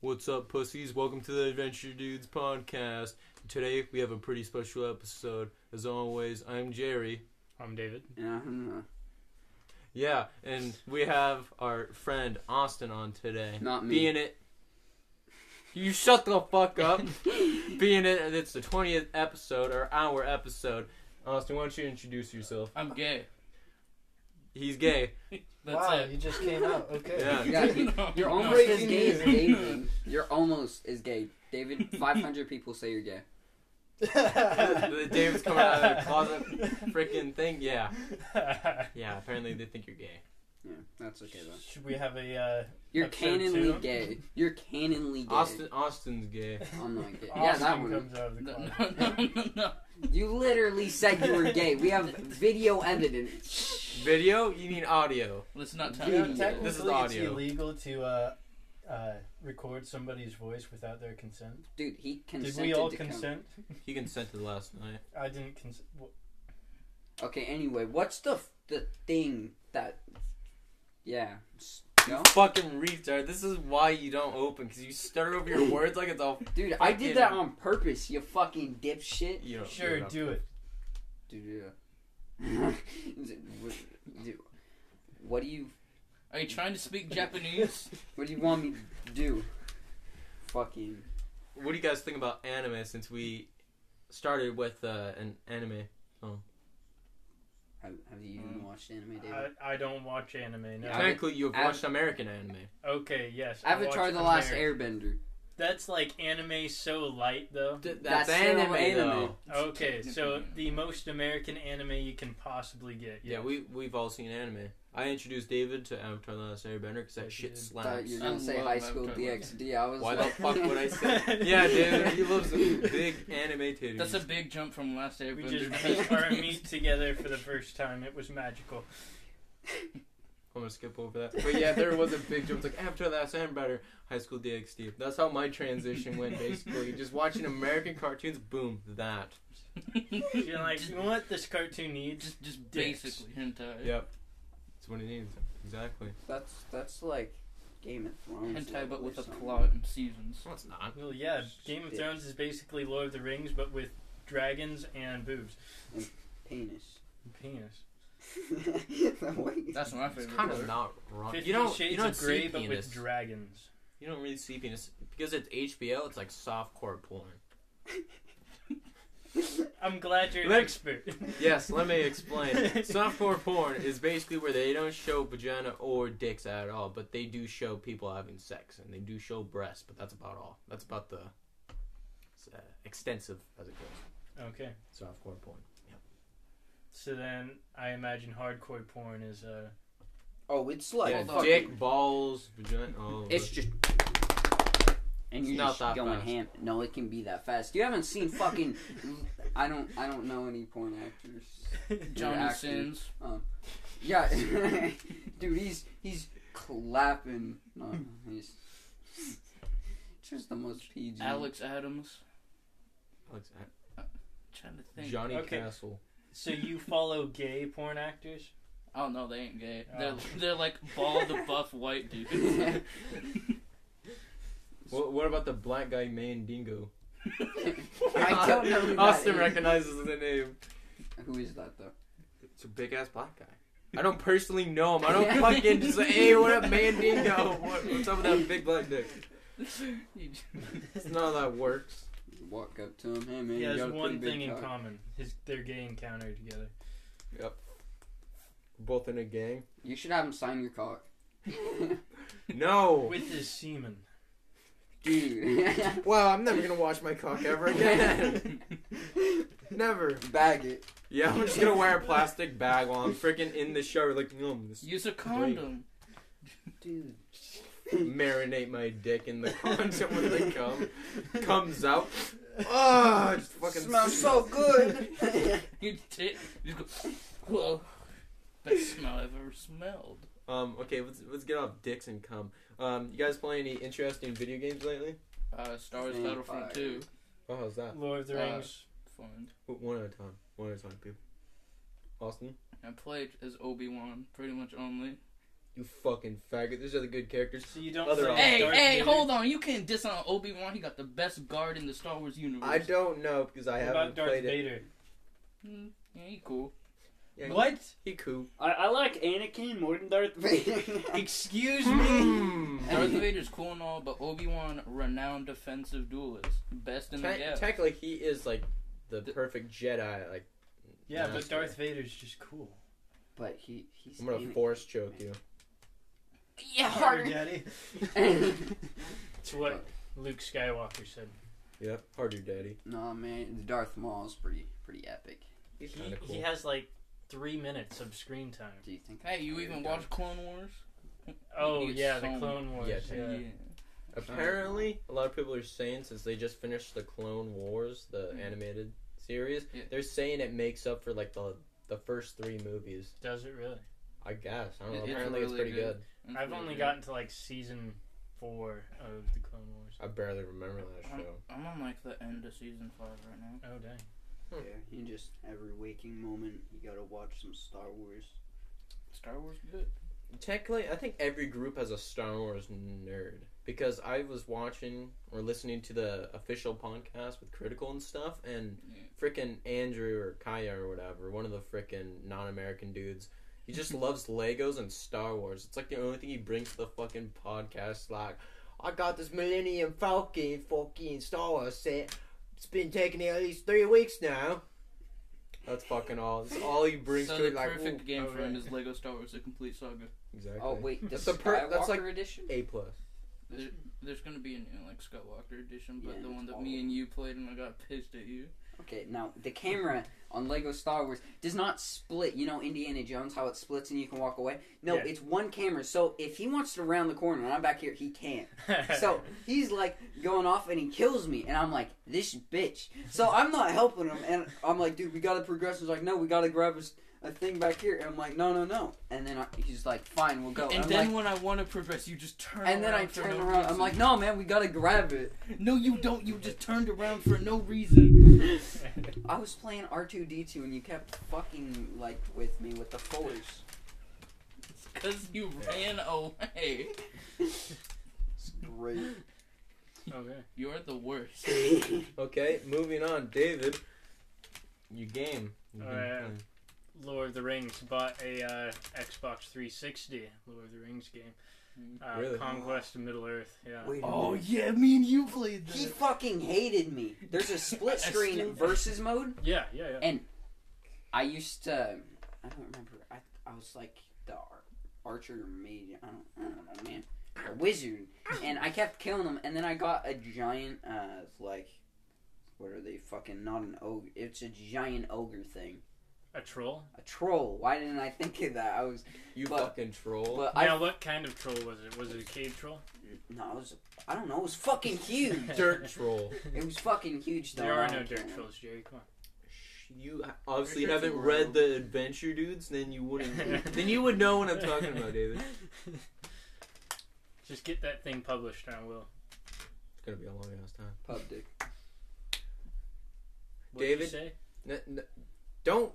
What's up, pussies? Welcome to the Adventure Dudes podcast. Today we have a pretty special episode. As always, I'm Jerry. I'm David. Yeah, no, Yeah, and we have our friend Austin on today. not me. Being it. You shut the fuck up. Being it, and it's the 20th episode, or our episode. Austin, why don't you introduce yourself? I'm gay. He's gay. That's wow, it. you just came out. Okay. Yeah. Yeah, you- No, you're no. almost as Breaking gay as news. David. You're almost as gay. David, 500 people say you're gay. David's coming out of the closet. Freaking thing. Yeah. Yeah, apparently they think you're gay. Yeah, that's okay though. Should we have a? Uh, You're Episode canonly two. gay. You're canonly gay. Austin Austin's gay. I'm not gay. yeah, Austin that one. comes out of the No, closet. no, no, no, no. You literally said you were gay. We have video evidence. Video? You need audio. Let's not Yeah, talk You know, about Dude. it. technically, This is it's audio. illegal to uh, uh, record somebody's voice without their consent. Dude, he Did consented we all to come. consent? He consented last night. I didn't consent. Okay, anyway, what's the f- the thing that? Yeah. s- No, Fucking retard. This is why you don't open, because you stutter over your words like it's all. dude, I did that Fucking- on purpose. You fucking dipshit. You know, Sure, do it. Dude, yeah. what, dude, what do you Are you trying to speak Japanese? what do you want me to do? Fucking What do you guys think about anime since we started with uh, an anime? have, have you Mm. even watched anime, David? I, I don't watch anime. No. Yeah, I- Technically, you have Av- watched American anime. okay. Yes. I Avatar: watched The Last American- Airbender. That's like anime so light though. Th- That's still anime. though. Okay, so the most American anime you can possibly get. Yeah, we we've all seen anime. I introduced David to Avatar: The Last Airbender because that Yes, you shit did. Thought slaps. you were gonna I say love High School Avatar. DxD. I was Why the like, fuck would I say? yeah, David, he loves the big anime titties. That's a big jump from last We Airbender. just to- put our meat together for the first time. It was magical. I'm gonna skip over that. But yeah, there was a big jump. It's like Avatar: The Last Airbender, High School DxD. That's how my transition went. Basically, just watching American cartoons. Boom, that. You're like, just, you know what this cartoon needs? just, just dicks. basically hentai. Yep, that's what it needs. Exactly. That's that's like Game of Thrones. Hentai, level but with or a something. plot and seasons. No, it's not. Well, yeah, Game of Dicks. Thrones is basically Lord of the Rings, but with dragons and boobs. Penis. And penis. The way- That's my It's favorite. kind color. of not wrong. Fifty Uh, You don't. Shades You don't of Grey, see but penis. with dragons. you don't really see penis because it's HBO. It's like softcore porn. I'm glad you're an Let- expert. Yes, let me explain. Softcore porn is basically where they don't show vagina or dicks at all, but they do show people having sex and they do show breasts, but that's about all. That's about the it's, uh, extensive as it goes. okay, Softcore porn. so then I imagine hardcore porn is uh, Oh, it's like yeah, fucking- dick, balls, vagina. oh, All of It's it. just. And It's you're not just that going fast. ham. No, it can be that fast. You haven't seen fucking. I don't. I don't know any porn actors. Johnny acting. Sins. Yeah, dude, he's he's clapping. No, he's just the most PG. Alex Adams. Alex, trying to think. Johnny Okay. Castle. So you follow gay porn actors? Oh no, they ain't gay. Oh. They're they're like bald, buff, white dudes. What, what about the black guy Mandingo? I don't know. Who that Austin is. recognizes the name. Who is that though? It's a big ass black guy. I don't personally know him. Um, I don't fucking just say, hey, what up, Mandingo? What, what's up with that big black dick? You just- It's not how that works. Walk up to him. Hey man, He you has got a one pretty thing big in cock. common: his their gay encounter together. Both in a gang? You should have him sign your cock, No! With his semen. dude. Well, I'm never gonna wash my cock ever again. never. Bag it. Yeah, I'm just gonna wear a plastic bag while I'm freaking in the shower, like, mm, this Use a condom. Dude. marinate my dick in the condom when the cum comes out. Oh, just fucking smells so good. You take. You go. Whoa. Best smell I've ever smelled. Um, okay, let's let's get off dicks and cum. Um, you guys play any interesting video games lately? Uh, Star Wars Vampire. Battlefront 2. Oh, how's that? Lord of the Uh, Rings. Fun. One at a time. One at a time, people. Austin. I played as Obi Wan pretty much only. You fucking faggot. These are the good characters. So you don't. Other say option. Hey, Darth hey, Vader? hold on. You can't diss on Obi Wan. He got the best guard in the Star Wars universe. I don't know because I What haven't about Darth played it. Vader? Hmm, yeah, he cool. Yeah, What? He cool. I, I like Anakin more than Darth Vader. Excuse me. Mm. Darth Vader's cool and all, but Obi Wan, renowned defensive duelist, best in the Te- galaxy. technically, he is like the The- perfect Jedi. Like, Yeah, No, but it's fair. Darth Vader's just cool. but he he's. I'm gonna Anakin. force choke you. yeah, Harder, Daddy. It's what Fuck. Luke Skywalker said. Yep, harder, daddy. no man, Darth Maul's pretty pretty epic. He, He's kinda cool. he has like three minutes of screen time. Do you think? Hey, you even watch Clone Wars? Oh You get yeah, some- the Clone Wars. Yeah, Yeah, Yeah. Apparently, a lot of people are saying since they just finished the Clone Wars, the Mm. animated series, Yeah. they're saying it makes up for like the the first three movies. Does it really? I guess I don't It- know. it's Apparently, it's, really pretty good. good. I've only gotten to like season four of the Clone Wars. I barely remember that I'm, show. I'm on like the end of season five right now. Oh dang. Yeah, you just every waking moment you gotta watch some Star Wars. Star Wars good. Technically, I think every group has a Star Wars nerd because I was watching or listening to the official podcast with Critical and stuff, and Yeah. frickin' Andrew or Kaya or whatever, one of the frickin' non-American dudes, he just loves Legos and Star Wars. It's like the only thing he brings to the fucking podcast. Like, I got this Millennium Falcon fucking Star Wars set. It's been taking at least three weeks now. That's fucking all. That's all he brings so to the it. Like, perfect ooh. game for him alright. is Lego Star Wars: The Complete Saga. exactly. Oh wait, the That's a per- Skywalker that's like- edition. A plus. There, there's gonna be a new like Skywalker edition, but Yeah, the it's one that all me over. and you played, and I got pissed at you. Okay, now the camera on Lego Star Wars does not split. You know Indiana Jones how it splits and you can walk away. No, Yeah. it's one camera. So if he wants to round the corner and I'm back here, he can't. So he's like going off and he kills me, and I'm like this bitch. So I'm not helping him, and I'm like, dude, we gotta progress. He's like, no, we gotta grab his. A thing back here, and I'm like, no, no, no, and then I, he's like, fine, we'll go. and I'm then like- when I want to progress, you just turn. and then I around for turn no around. I'm reason. like, no, man, we gotta grab it. no, you don't. You just turned around for no reason. I was playing R2D2 and you kept fucking like with me with the fours. Cause you ran away. It's great. okay. You're the worst. Okay, moving on. David, you game. You All can right. Lord of the Rings bought a uh, Xbox 360 Lord of the Rings game. Uh, Really? Conquest of Middle Earth. Yeah. Mm. Wait a oh minute. yeah, me and you played He that. fucking hated me. There's a split That's screen stupid. versus mode. Yeah, yeah, yeah. I used to. I don't remember. I, I was like the ar- archer or mage. I don't, I don't know, man. A wizard. And I kept killing them. And then I got a giant, uh, like. What are they? Fucking not an ogre. It's a giant ogre thing. A troll. A troll. Why didn't I think of that? I was. You But- fucking troll. But I Now, what kind of troll was it? Was it a cave troll? No, it was. I don't know. It was fucking huge. Dirt troll. it was fucking huge. Though. There are I no don't dirt care. trolls, Jerry. Come Sh- You obviously Pretty sure haven't it's a read world. the Adventure Dudes, then you wouldn't. on. then you would know what I'm talking about, David. It's Just get that thing published, I will. gonna be a long ass time. Pub dick. What did you David? say? N- n- don't,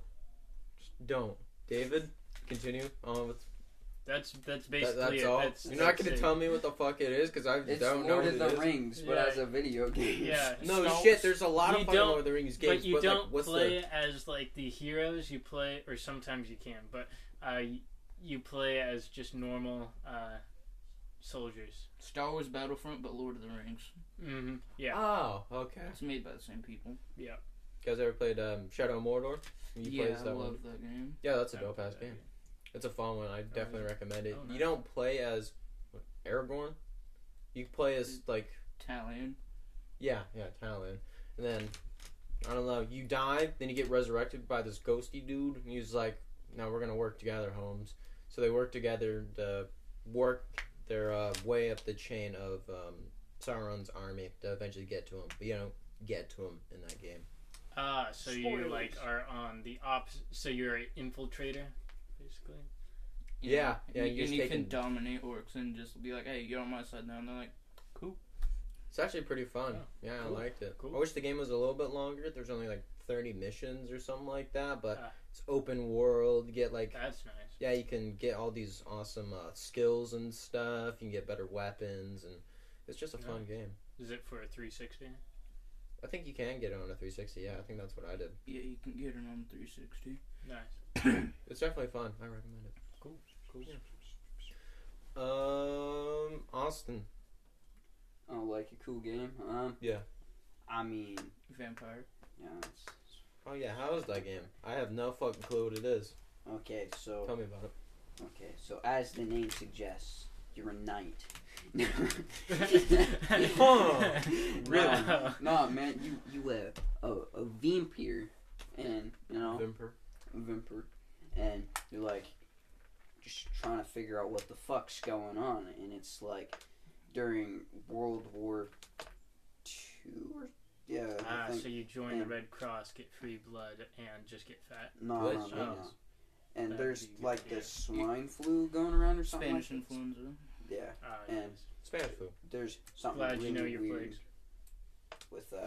Just don't, David. Continue. Um, with- That's that's that, basically that's it. all. That's, You're not that's gonna it. tell me what the fuck it is because I It's don't know. Lord what of it the is. Rings, but Yeah. as a video game. Yeah. No Snow- shit. There's a lot of You fucking don't- Lord of the Rings games, But you don't like, what's play the? as like the heroes. You play, or sometimes you can, but uh, y- you play as just normal uh, soldiers. Star Wars Battlefront, but Lord of the Rings. hmm Yeah. Oh, okay. It's made by the same people. You guys ever played um, Shadow of Mordor? You yeah, plays I that love one. that game. Yeah, that's a Never dope played ass that game. It's a fun one. I definitely recommend it. Oh, You nice. don't play as what, Aragorn. You play as like Italian. yeah, yeah, Talon. And then I don't know. You die, then you get resurrected by this ghosty dude. And he's like, "No, we're gonna work together, Holmes." So they work together to work their uh, way up the chain of um, Sauron's army to eventually get to him. But you don't get to him in that game. Ah, so you like Spoilers. are on the ops. So you're an infiltrator, basically. you Yeah, know, yeah, you're And, you, and just you can taking- dominate orcs and just be like, "Hey, you're on my side now." And they're like, It's actually pretty fun. yeah, cool, I liked it. cool. I wish the game was a little bit longer. There's only like 30 missions or something like that, but Ah. it's open world. You get like That's nice. yeah, you can get all these awesome uh, skills and stuff. You can get better weapons, and it's just a fun game. Is it for a 360? I think you can get it on a 360. Yeah, I think that's what I did. Yeah, you can get it on 360. Nice. It's definitely fun. I recommend it. Cool. Yeah. Um, Austin. Oh, like a cool game. Um, Yeah. I mean, Vampire. yeah. It's, Oh yeah, how is that game? I have no fucking clue what it is. okay, Tell so me about it. okay, so as the name suggests, you're a knight. Huh. Really? No, Um, no, man, you you a a, a vampire, and you know Vimper. Vimper, and you're like just trying to figure out what the fuck's going on, and it's like during World War Two or yeah, Ah, I think. so you join the and- Red Cross, get free blood, and just get fat. no, no, no, Glitch? no. Oh. And That'd there's be- like yeah. this swine flu going around or something. Spanish like that. influenza. Yeah, Ah, yes. And- Spanish flu. there's something Glad really you know your weird plagues. with uh,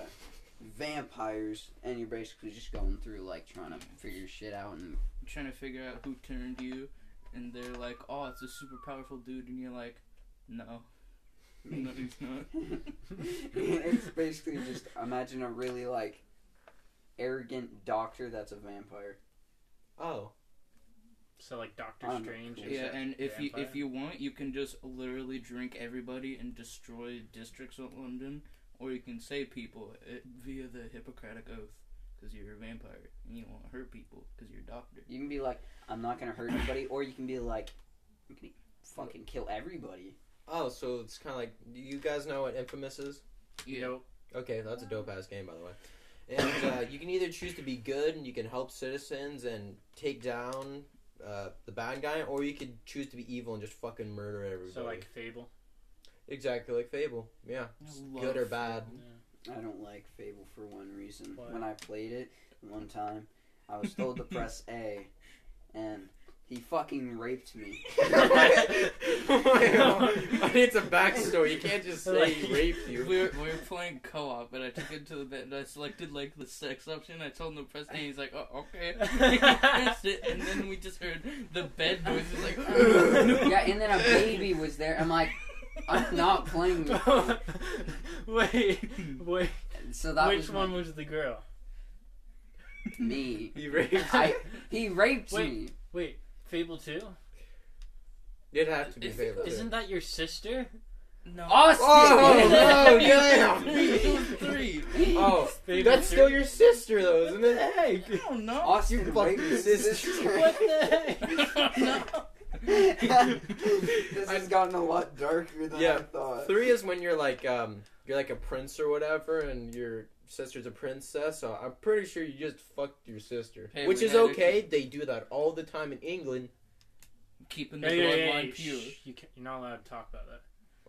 vampires, and you're basically just going through like trying to figure shit out and You're trying to figure out who turned you, and they're like, oh, it's a super powerful dude, and you're like, no. No, he's not. it's basically just imagine a really like arrogant doctor that's a vampire. Oh. So like Doctor I'm- Strange. yeah, Yeah, except and if you if vampire? you want, you can just literally drink everybody and destroy districts of London, or you can save people eh, via the Hippocratic oath, because you're a vampire and you won't hurt people because you're a doctor. You can be like, I'm not gonna hurt anybody, or you can be like, I'm gonna fucking kill everybody. Oh, so it's kind of like do you guys know what Infamous is? Nope. Okay, that's a dope ass game, by the way. And uh, you can either choose to be good and you can help citizens and take down uh, the bad guy, or you could choose to be evil and just fucking murder everybody. So like Fable. exactly like Fable. Yeah, I Just love good or bad. Fable. I don't like Fable for one reason. Why? When I played it one time, I was told to press A, and he fucking raped me. I need some backstory. You can't just say he raped We you. were, we were playing co-op, and I took him to the bed, and I selected like the sex option. I told him to press A. He's like, "Oh, okay." he pressed it, and then we just heard the bed noises, like. yeah, and then a baby was there. I'm like, I'm not playing. With you. wait, wait. So that Which was one was the girl? me. He raped. I he raped Wait. me. Wait, Fable Two. It'd have to be Is- Fable. Isn't that your sister? No. Austin. Oh, no, Fable Three. Oh, Fable that's three? still your sister, though, isn't it? heck? I don't know. Austin You fucking raped his sister. sister. What the heck? this has gotten a lot darker than Yeah. I thought. Three is when you're like um you're like a prince or whatever, and your sister's a princess. So I'm pretty sure you just fucked your sister, Hey, which we is had a- okay. They do that all the time in England. Keeping the Hey, hey, hey, bloodline shh, pure. you can't, you're not allowed to talk about that.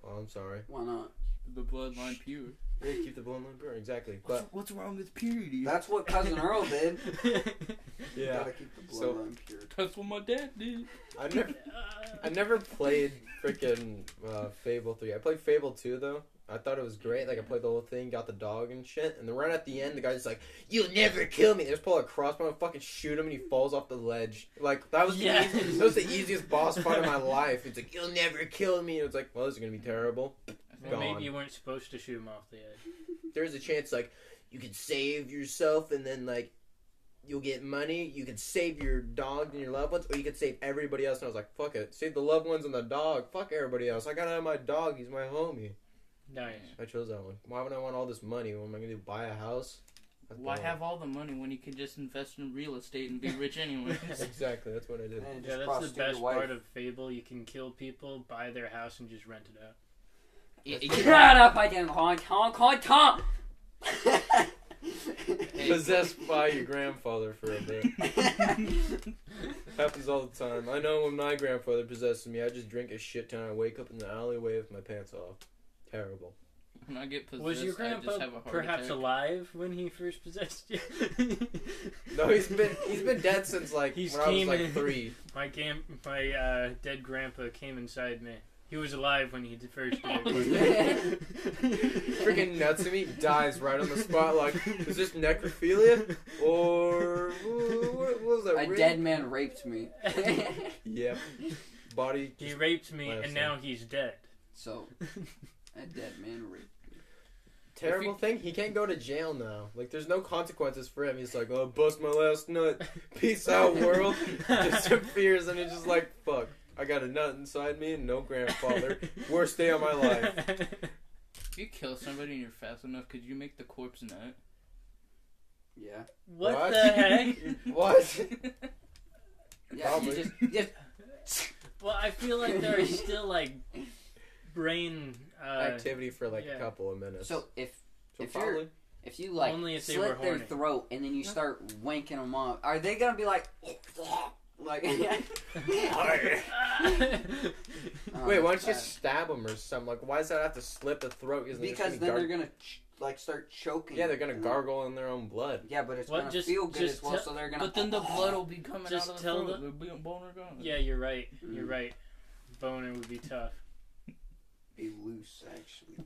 Oh, I'm sorry. Why not? The bloodline pure. Yeah, keep the bloodline pure. Exactly, but what's wrong with purity? That's what cousin Earl did. You yeah, gotta keep the So- bloodline pure. That's what my dad did. I never I never played freaking uh, Fable three. I played Fable two though. I thought it was great. Like I played the whole thing, got the dog and shit, and then right at the end, the guy's just like, "You'll never kill me." They just pull a crossbow and fucking shoot him, and he falls off the ledge. Like that was the Yeah. easiest, that was the easiest boss fight of my life. It's like, "You'll never kill me." And it's like, well, this is gonna be terrible. Well, Gone. maybe you weren't supposed to shoot him off the edge. There's a chance like you could save yourself, and then like you'll get money. You could save your dog and your loved ones, or you could save everybody else. And I was like, fuck it, save the loved ones and the dog. Fuck everybody else. I gotta have my dog. He's my homie. Nice. I chose that one. Why would I want all this money? What am I gonna do? Buy a house? That's Why dumb. have all the money when you could just invest in real estate and be rich anyway? exactly? That's what I did. And Yeah, just that's prostitute the your best wife. part of Fable. You can kill people, buy their house, and just rent it out. Shut up, I didn't honk, honk, honk, honk. Possessed by your grandfather for a bit. Happens all the time. I know when my grandfather possesses me, I just drink a shit ton. I wake up in the alleyway with my pants off. Terrible. when I get possessed, Was your I grandpa just have a heart perhaps attack. alive when he first possessed you? No, he's been he's been dead since like He's when I was came like in- three. My game, my uh, dead grandpa came inside me. He was alive when he did first did it. Freaking nuts to me dies right on the spot. Like, is this necrophilia or wh- what, what was that? A rape? dead man raped me. Yep. Body. He raped me, Last and now he's dead. so, a dead man raped. Terrible If thing. He can't go to jail now. Like, there's no consequences for him. He's like, oh, bust my last nut. Peace out, world. Disappears, and it's just like, fuck. I got a nut inside me and no grandfather. Worst day of my life. If you kill somebody and you're fast enough, could you make the corpse nut? Yeah. What, What? the heck? What? Yeah. You Probably. just, you just Well, I feel like there are still like brain uh, Activity for like yeah. a couple of minutes. so if So if you're- probably- if you like Only if they were slit their horny. throat and then you start wanking them up, are they gonna be like, like? Um, Wait, why don't you uh, just stab him or something? Like, why does that have to slip the throat? Isn't it just Oh, gonna Because then gar- they're gonna ch- like start choking. yeah, they're gonna And- gargle in their own blood. Yeah, but it's What, gonna just- feel good just as well, tell- so they're gonna. But then the blood will be coming Just out of the tell throat. the- The boner gone. yeah, you're right. You're Mm. right. Boner would be tough. be loose, actually.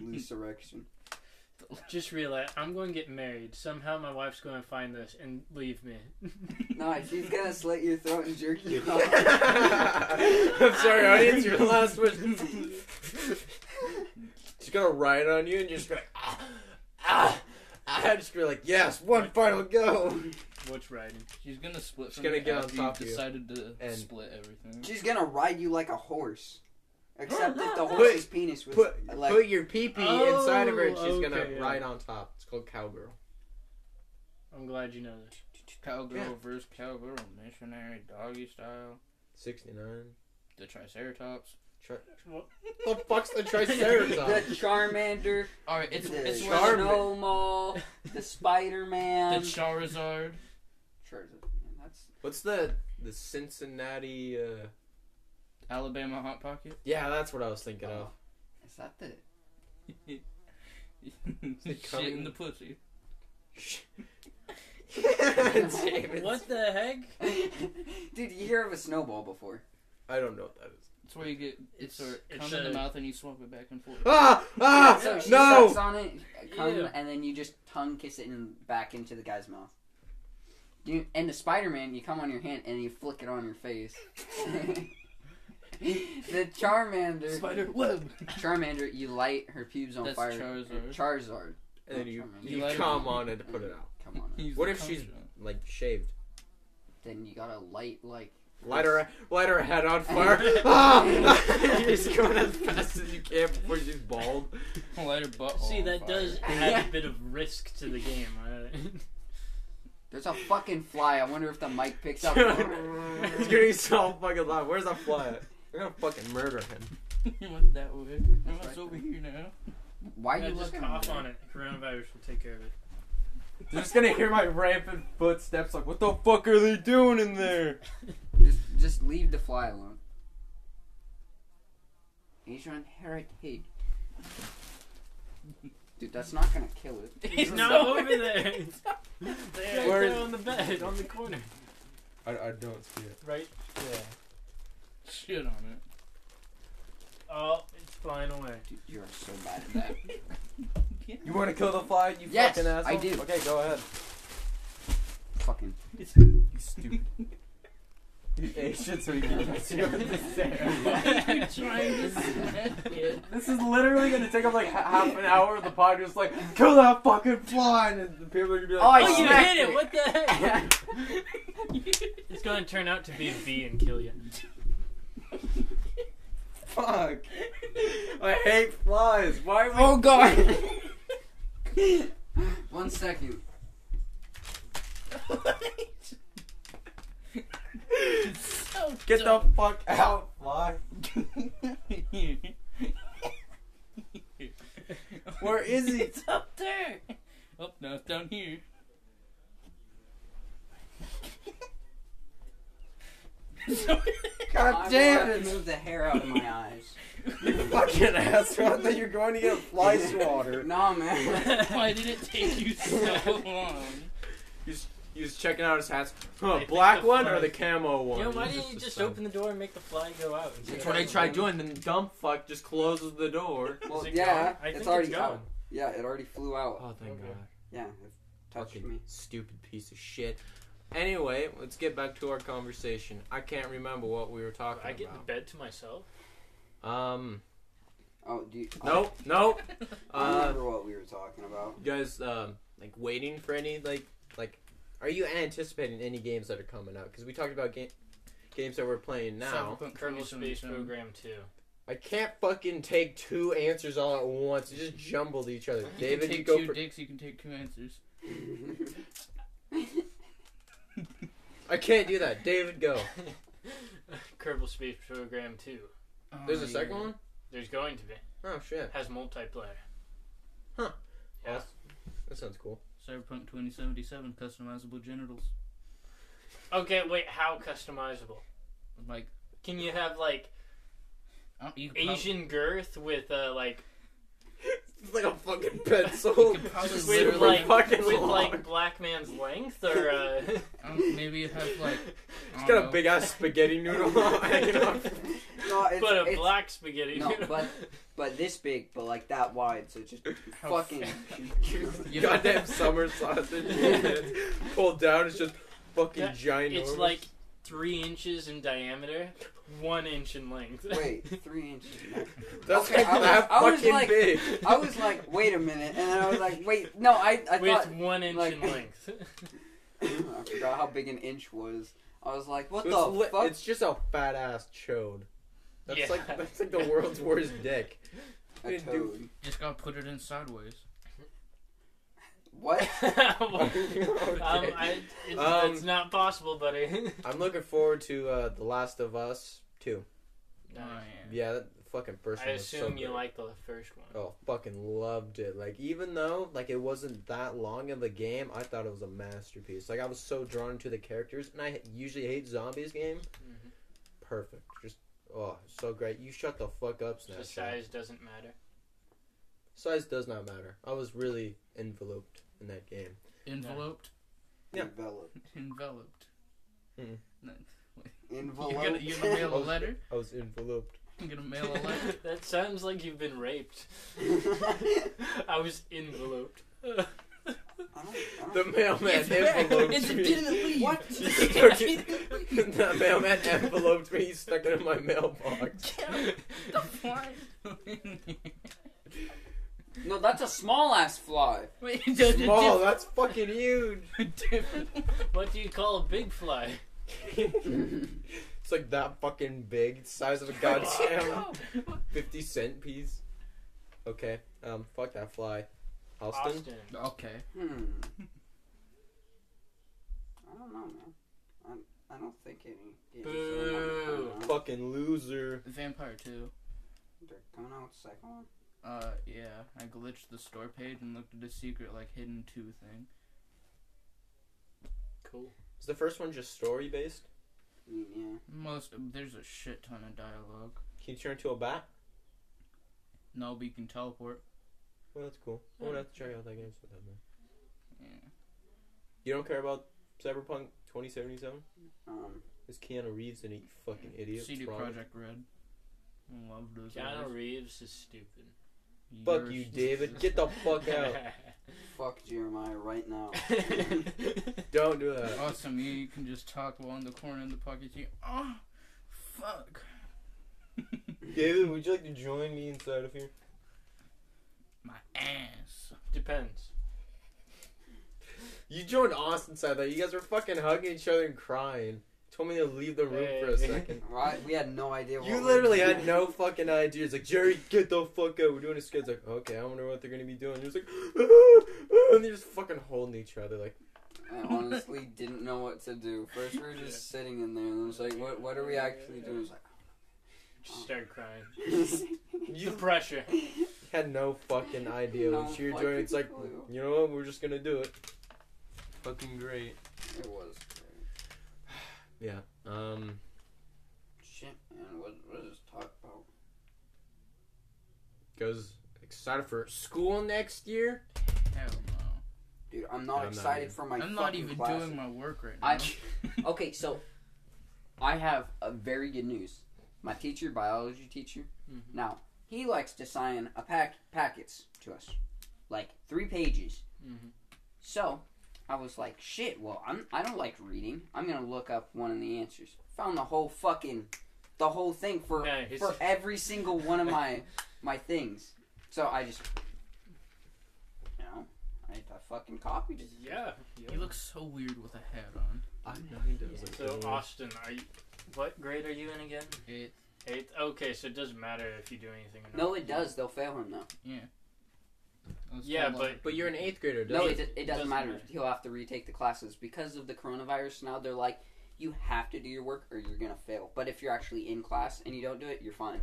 loose erection. Just realize I'm going to get married. Somehow my wife's going to find this and leave me. No, she's gonna slit your throat and jerk you off. I'm sorry, audience. Your last wish. She's gonna ride on you, and you're just gonna ah, ah. I just be like, yes, one final go. What's riding? She's gonna split. She's from gonna you get on after top of you. you Decided to and- split everything. she's gonna ride you like a horse, except if the Put- horse's penis was Put like. put your pee pee inside of her, and she's okay, gonna yeah. ride on top. It's called cowgirl. I'm glad you know this. Cowgirl Yeah. versus cowgirl, missionary, doggy style, Sixty nine. the Triceratops. The fuck's the triceratops? the Charmander, All right, it's the it's Char- where Snowmall, the Spider the Man. Charizard. that's What's the the Cincinnati? Uh, Alabama Hot Pocket. yeah, that's what I was thinking of. Oh, is that the Shit in the pussy. Damn it. What the heck? Dude, you hear of a snowball before? I don't know what that is. It's where you get It's- it's sort it's of come in the a- mouth and you swap it back and forth. Ah! Ah! so she no! sucks on it, come, Ew. and then you just tongue kiss it in, back into the guy's mouth. You and the Spider Man, you come on your hand and you flick it on your face. the Charmander, Spider web. Charmander, you light her pubes on That's fire. Charizard. Charizard, And then you, You you let it- come on it to put it out. come on. He's What the if cum she's- shot. Like, shaved. Then you gotta light like Light her, light her head on fire. ah! You're just going as fast as you can before she's bald. light her butt? See, on that fire. does add a bit of risk to the game. Right? there's a fucking fly. I wonder if the mic picks up. it's gonna be so fucking loud. Where's that fly at? We're gonna fucking murder him. You went that way. No, That's it's right. over here now. Why are Yeah, you just looking? cough on it. Coronavirus will take care of it. They're just gonna hear my rampant footsteps like, what the fuck are they doing in there? Just, just leave the fly alone. Asian heritage. Dude, that's not gonna kill it. He's not over there. They're Where- on the bed, on the corner. I, I don't see it. Right? Yeah. Shit on it. Oh, it's flying away. Dude, you are so bad at that. You wanna kill the fly, you Yes, fucking asshole? I do. Okay, go ahead. Fucking. You stupid. you Asian, so you can see what to say. What are you trying to say? This is literally gonna take up like h- half an hour of the pod. Just like kill that fucking fly, and the people are gonna be like, Oh, I Oh, you smacked hit it! it. What the heck? it's going to turn out to be a bee and kill you. fuck! I hate flies. Why? Are we- Oh god! One second. Get the fuck out, fly! Where is he? It's up there. Oh no, it's down here. God damn I it! move the hair out of my eyes. You fucking asshole! I thought you were going to get a fly swatter. Nah, man. Why did it take you so long? You, s- He was checking out his hats. I Huh, think black the one flag- or the camo one? You know, why It's didn't you the just same. open the door and make the fly go out? instead That's of what I having tried it doing. Then dumb fuck just closes the door. go? Well, Is it yeah, gone? I it's think already it's gone. out. Yeah, it already flew out. Oh, thank Okay. God. Yeah, it touched Fucking me. stupid piece of shit. Anyway, let's get back to our conversation. I can't remember what we were talking I get the about. bed to myself. um, Oh, do you, nope, nope. I don't Uh, remember what we were talking about. you guys, um, like waiting for any like like, are you anticipating any games that are coming out? Because we talked about game games that we're playing now. Cyberpunk Kerbal Space 2077. Program 2. I can't fucking take two answers all at once. It just jumbled each other. You David, can you take go. two For, dicks. You can take two answers. I can't do that. David, go. Kerbal Space Program 2. There's Oh, a second yeah. one. There's going to be. Oh shit. Has multiplayer. Huh. Yeah. That sounds cool. Cyberpunk 2077 customizable genitals. Okay, wait, how customizable? Like Can you have like I don't- you could prob- Asian girth with uh, like It's like a fucking pencil. could probably Just with super literally- like fucking with long. like black man's length or uh, I don't- maybe you have like It's I don't got a know. big ass spaghetti noodle hanging off. No, it's, but a it's- black spaghetti. No, noodle. but- but this big, but like that wide, so it's just How fucking. You know- Goddamn summer sausage. Pulled down, it's just fucking Yeah, giant. it's like three inches in diameter, one inch in length. Wait, three inches. that's okay, I was- that I was fucking like- big. I was like, wait a minute, and then I was like, wait, no, I, I with thought one inch like- in length. I forgot how big an inch was. I was like, what So the it's, li- fuck? it's just a fat ass chode. That's Yeah. like that's like the world's worst dick. a dude, dude. toad. Just gotta put it in sideways. What? um, Okay. I, it's, Um, it's not possible, buddy. I'm looking forward to uh, The Last of Us 2. Oh, yeah. Yeah, that fucking first I one was so assume you great. like the first one. Oh, fucking loved it. Like even though like it wasn't that long of a game, I thought it was a masterpiece. Like I was so drawn to the characters, and I h- usually hate zombies game. Mhm. Perfect. Just oh, so great. You shut the fuck up, So Snapchat. Size. size doesn't matter. does not matter. I was really enveloped in that game. Enveloped. Yeah. Envelope. Enveloped. Envelope. You're gonna, you're gonna mail a Enveloped. letter. I was enveloped. You're gonna mail a letter. that sounds like you've been raped. I was enveloped. I don't, I The don't, mailman It's back. enveloped It's- me. it didn't leave. What? the mailman enveloped me. He stuck it in my mailbox. no, that's a small ass fly. Wait, Small. That's fucking huge. different. What do you call a big fly? it's like that fucking big, size of a goddamn fifty cent piece. Okay, um, fuck that fly, Austin. Austin. Okay. Hmm. I don't know, man. I, I don't think any. games are Boo. coming out. Fucking loser. Vampire 2. They're coming out with the second one. Uh, yeah. I glitched the store page and looked at a secret, like, hidden 2 thing. Cool. Is the first one just story based? I mean, yeah. Most. There's a shit ton of dialogue. Can you turn into a bat? No, but you can teleport. Well, Oh, that's cool. I would have to check out that game sometime. Man. Yeah. You don't care about Cyberpunk 2077? Um, It's Keanu Reeves and he fucking idiot. CD What's wrong? Project Red. Love those Keanu guys. Reeves is stupid. Fuck Yours- you, David. Get the fuck out. fuck Jeremiah right now. Don't do that. Awesome, you, you can just talk while in the corner in the pocket. You, oh, fuck. David, would you like to join me inside of here? My ass. Depends. You joined Austin inside that. You guys were fucking hugging each other and crying. Told me to leave the room for a Hey. second. Right? We had no idea. What You we literally were had doing. no fucking idea. It's like, Jerry, get the fuck out. We're doing a skit. It's like, okay, I wonder what they're gonna be doing. You're just like, and they're just fucking holding each other. Like, I honestly didn't know what to do. First, we were just sitting in there, and I was like, "What? What are we actually doing?" Just start crying. It's like, The you pressure. had no fucking idea No what you were fucking doing. It's like, clue. you know what? We're just gonna do it. Fucking great. it was Yeah. Um. shit, man. What? What is this talk about? Goes excited for school next year. Hell no. dude. I'm not I'm not excited either. for my. I'm not fucking even classes. doing my work right I now. okay, so I have a very good news. My teacher, biology teacher, Mhm. now he likes to sign a pack packets to us, like three pages. Mhm. So I was like, shit. Well, I'm I don't like reading. I'm gonna look up one of the answers. Found the whole fucking the whole thing for Nice. for every single one of my my things. So I just you know I, I fucking copied it. Yeah. yeah. He looks so weird with a hat on. I know he does. like, So mm. Austin, are you, what grade are you in again? It, Eighth. Okay, so it doesn't matter if you do anything or not. No, it does. They'll fail him though. that's Yeah, called a- But you're an eighth grader, doesn't No, it? it, it, doesn't, doesn't matter. matter. He'll have to retake the classes because of the coronavirus. Now they're like, you have to do your work or you're gonna fail. But if you're actually in class and you don't do it, you're fine.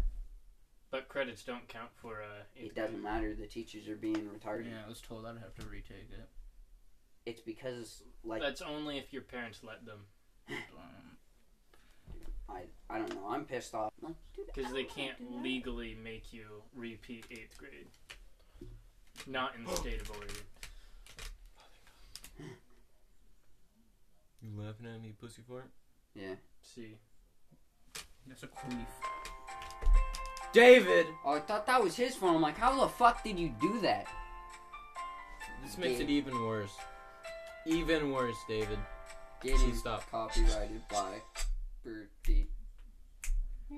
But credits don't count for uh. eighth It doesn't grade. matter. The teachers are being retarded. Yeah, I was told I'd have to retake it. It's because like That's only if your parents let them, Um, I I don't know. I'm pissed off. Like, dude, I because they don't wanna do can't that. legally make you repeat eighth grade. Not in the state of Oregon. You laughing at me, pussy fart? Yeah, See. that's a queef. David! Oh, I thought that was his phone. I'm like, how the fuck did you do that? This makes it even worse. Even worse, David. Getting Stop. copyrighted by Bertie.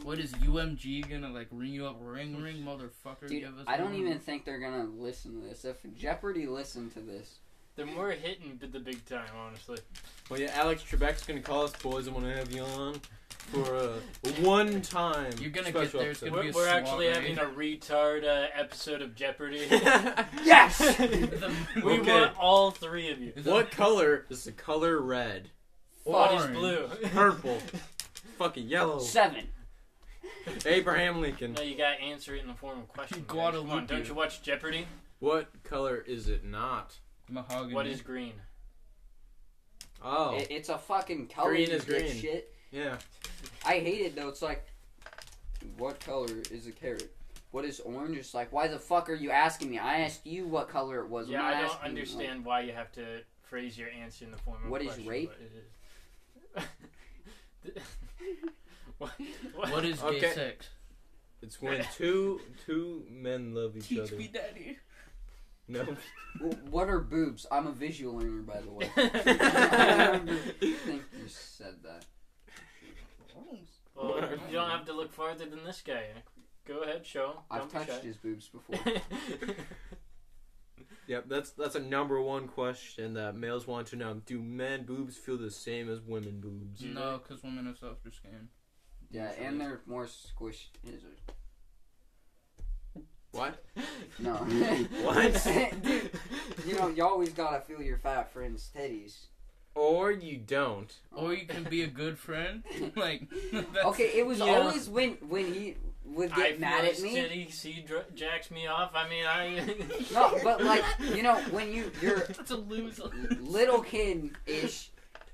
What is UMG gonna like ring you up? Ring ring, motherfucker. Dude, give us I don't one. even think they're gonna listen to this. If Jeopardy listened to this, Then we're hitting b- the big time, honestly. Well, yeah, Alex Trebek's gonna call us boys and wanna have you on for a one time. You're gonna get special there, it's episode. gonna be We're, a we're actually soiree. having a retard uh, episode of Jeopardy. Yes! we Okay. want all three of you. Is that- What color is the color red? What is Orange. blue? Purple. Fucking yellow. seven. Abraham Lincoln. No, you gotta answer it in the form of question. guys. Come on, Guadalupe. don't you watch Jeopardy? What color is it not? Mahogany. What is green? Oh, It, it's a fucking color. Green you is green. Shit. yeah. I hate it though. It's like, what color is a carrot? What is orange? It's like, why the fuck are you asking me? I asked you what color it was. I'm yeah, I not don't asking you, like, understand why you have to phrase your answer in the form of What is question, rape? but it is. what, what- What is gay Okay. sex? It's when two two men love each other. daddy. No. W- What are boobs? I'm a visual learner, by the way. I well, remember- I think you said that. you don't have to look farther than this guy. Go ahead, show. I've Don't be touched shy. his boobs before. Yep, that's that's a number one question that males want to know. Do men boobs feel the same as women boobs? Do No, because women have softer skin. Yeah, and they're more squished. His are- What? No. What? Dude, you know, you always gotta feel your fat friend's titties. Or you don't. Oh, Or you can be a good friend. like, that's, Oh. Okay, it was Yeah. always when when he would I get mad at feel me. Titty, he dr- jacks me off. I mean, I. No, but like you know when you you're that's a loser. little kid ish,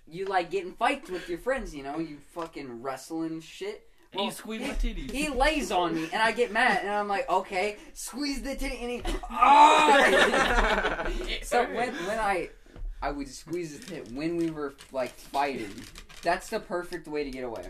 you like getting fights with your friends. You know, you fucking wrestling shit. And you squeeze my titties. He lays on me and I get mad and I'm like, okay, squeeze the titty and he. Ah! so when when I I would squeeze the tit when we were like fighting, that's the perfect way to get away.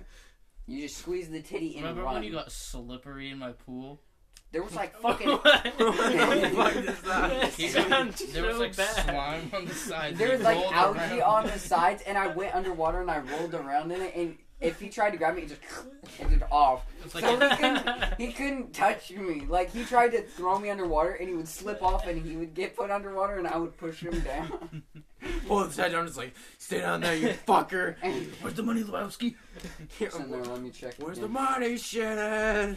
You just squeeze the titty and Remember run. when you got slippery in my pool? there was like fucking What the fuck is that? That sounds there was so like bad. slime on the sides. There You was like rolled algae around. on the sides, and I went underwater and I rolled around in it. And if he tried to grab me, he just ended off. It's so like he couldn't, he couldn't touch me. Like he tried to throw me underwater, and he would slip off, and he would get put underwater, and I would push him down. Pull upside down. It's like, stay down there, you fucker. and Where's the money, Lebowski? it's in there, let me check. Where's the again. money, shithead?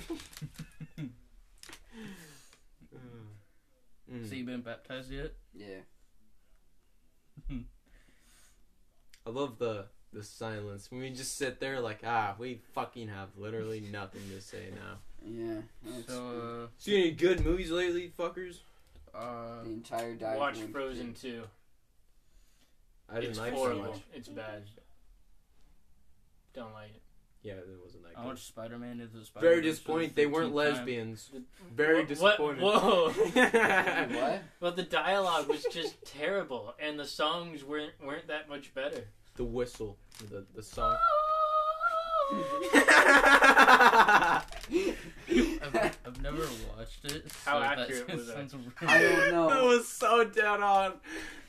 Mm. So you been baptized yet? Yeah. I love the the silence. When we just sit there like, ah, we fucking have literally nothing to say now. Yeah. That's So See any good movies lately, fuckers? uh, uh, the entire diet. Watch went- Frozen 2. I didn't it's like so horrible. much. It's bad. Don't like it. Yeah, it wasn't that I good. watched Spider Man into the Spider. Very disappointed. They weren't lesbians. Very Wh- what- disappointed. Whoa. what? Well, the dialogue was just terrible, and the songs weren't weren't that much better. the whistle, the the song. I've, I I've never watched it. How so that accurate was sounds really- don't That know. was so dead on.